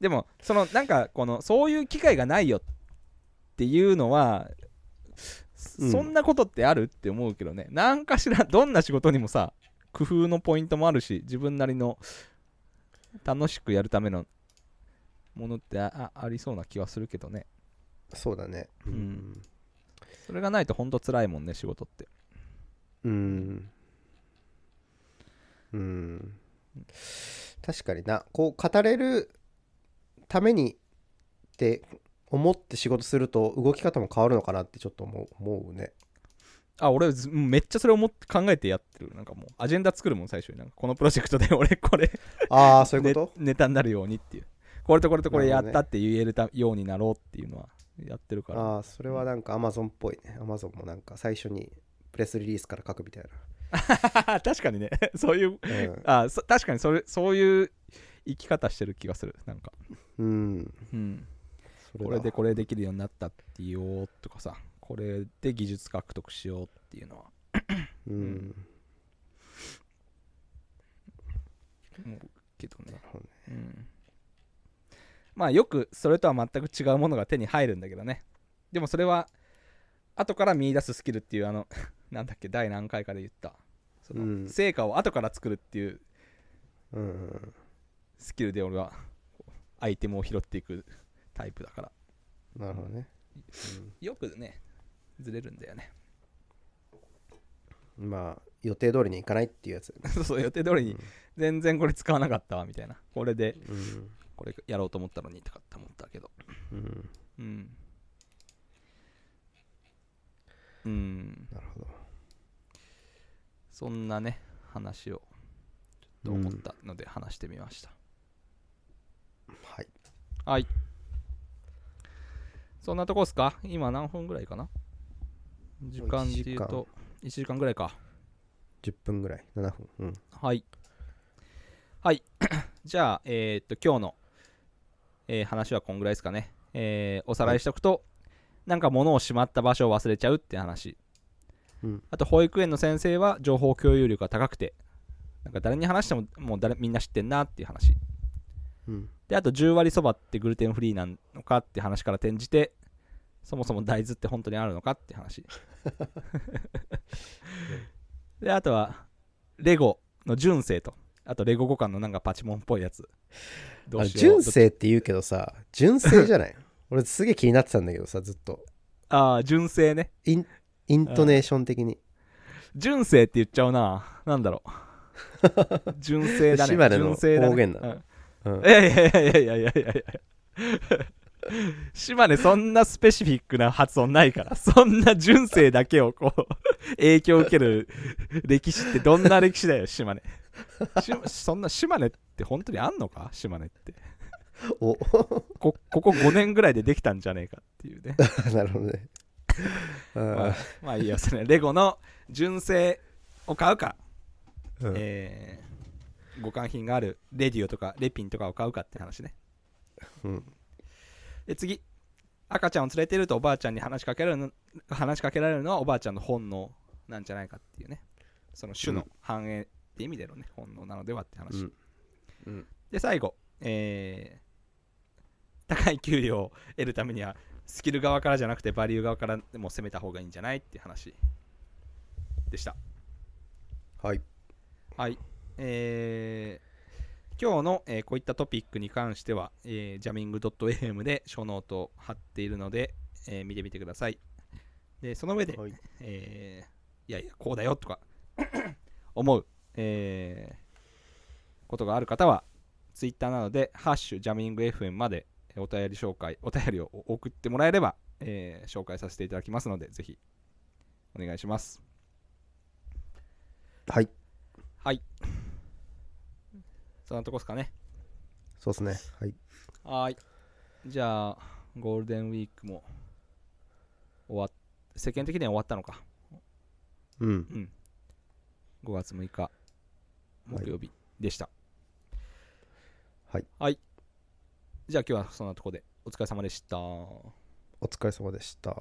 S1: でもそのなんかこのそういう機会がないよっていうのは
S2: うん
S1: そんなことってあるって思うけどね、なんかしらどんな仕事にもさ工夫のポイントもあるし自分なりの楽しくやるためのものってああありそうな気はするけどね
S2: そうだね
S1: うんそれがないとほんと辛いもんね仕事って
S2: うん、うん、確かになこう語れるためにって思って仕事すると動き方も変わるのかなってちょっと思う思うね
S1: あ俺ずめっちゃそれ思って考えてやってるなんかもうアジェンダ作るもん最初になんかこのプロジェクトで 俺これ
S2: ああそういうこと、
S1: ネネタになるようにっていうこれとこれとこれやっ
S2: なる
S1: た
S2: ほ
S1: って言えるたようになろうっていうのはやってるから
S2: ああそれはなんかアマゾンっぽいねアマゾンもなんか最初にプレスリリースから書くみたい
S1: 確かにねそういう
S2: なうん
S1: あそ確かにそれそういう生き方してる気がするなんか、
S2: うん
S1: うん、
S2: それだ
S1: これでこれできるようになったってよーとかさこれで技術獲得しようっていうのは
S2: うん、
S1: 思うけどね
S2: なるほどね
S1: うん、まあよくそれとは全く違うものが手に入るんだけどねでもそれは後から見出すスキルっていうあの なんだっけ第何回かで言ったその、
S2: うん
S1: 成果を後から作るっていう
S2: うんうん
S1: スキルで俺はアイテムを拾っていくタイプだから
S2: なるほどね、
S1: よくねずれるんだよね
S2: うんまあ予定通りにいかないっていうやつ、
S1: そうそう予定通りに全然これ使わなかったわみたいなこれで
S2: うん
S1: これやろうと思ったのにとかって思ったけど
S2: うん、
S1: うんうん
S2: なるほど
S1: そんなね話をちょっと思ったので話してみました、
S2: はい
S1: はいそんなとこですか今何分ぐらいかな時間で言うと1時間ぐらいか
S2: 10分ぐらい7分うん
S1: はいはい じゃあえーっと今日の、えー話はこんぐらいですかね、えーおさらいしておくと、なんか物をしまった場所を忘れちゃうって話
S2: うん
S1: あと保育園の先生は情報共有力が高くてなんか誰に話してももう誰みんな知ってんなっていう話
S2: うん
S1: であと10割そばってグルテンフリーなのかって話から転じてそもそも大豆って本当にあるのかって 話であとはレゴの純正とあとレゴ互換のなんかパチモンっぽいやつど
S2: あ
S1: う
S2: れ
S1: しよう
S2: 純正って言うけどさ純正じゃない 俺すげえ気になってたんだけどさずっと
S1: ああ純正ね
S2: インイントネーション的に
S1: 純正って言っちゃうななんだ ろう純正だね
S2: 島根の
S1: 純正だね
S2: 方言なの
S1: うん
S2: うん
S1: いやいやいやいやいやいやいやいや島根そんなスペシフィックな発音ないからそんな純正だけをこう影響を受ける歴史ってどんな歴史だよ島根しそんな島根って本当にあんのか島根って
S2: お
S1: こここ5年ぐらいでできたんじゃねえかっていうね
S2: なるほどねあ
S1: まあ
S2: ー、
S1: まあいいやそれレゴの純正を買うか、
S2: うん
S1: えー、互換品があるレディオとかレピンとかを買うかって話ね
S2: うん
S1: で次赤ちゃんを連れているとおばあちゃんに話しかけられるの話しかけられるのはおばあちゃんの本能なんじゃないかっていうねその種
S2: う
S1: の
S2: ん
S1: 繁栄って意味でのね、本能なのではって話、
S2: うんうん
S1: で最後、えー高い給料を得るためにはスキル側からじゃなくてバリュー側からでも攻めた方がいいんじゃないっていう話でした
S2: はい
S1: はい、えー今日の、えーこういったトピックに関しては、えー、ジャミング .fm で書ノートを貼っているので、えー見てみてください。で、その上で、
S2: はい
S1: えーいやいや、こうだよとか 思う、えーことがある方は、ツイッターなどで、ハッシュジャミング FM までえーお便り紹介、お便りを送ってもらえれば、えー紹介させていただきますので、ぜひお願いします。
S2: はい
S1: はい。そんなとこですかね。
S2: そうですねはい
S1: はい。じゃあ、ゴールデンウィークも終わっ、世間的には終わったのか。
S2: うん
S1: うん。5月6日、木曜日でした。
S2: はい
S1: じゃあ今日はそんなとこで、お疲れ様でした。
S2: お疲れ疲れ様でした。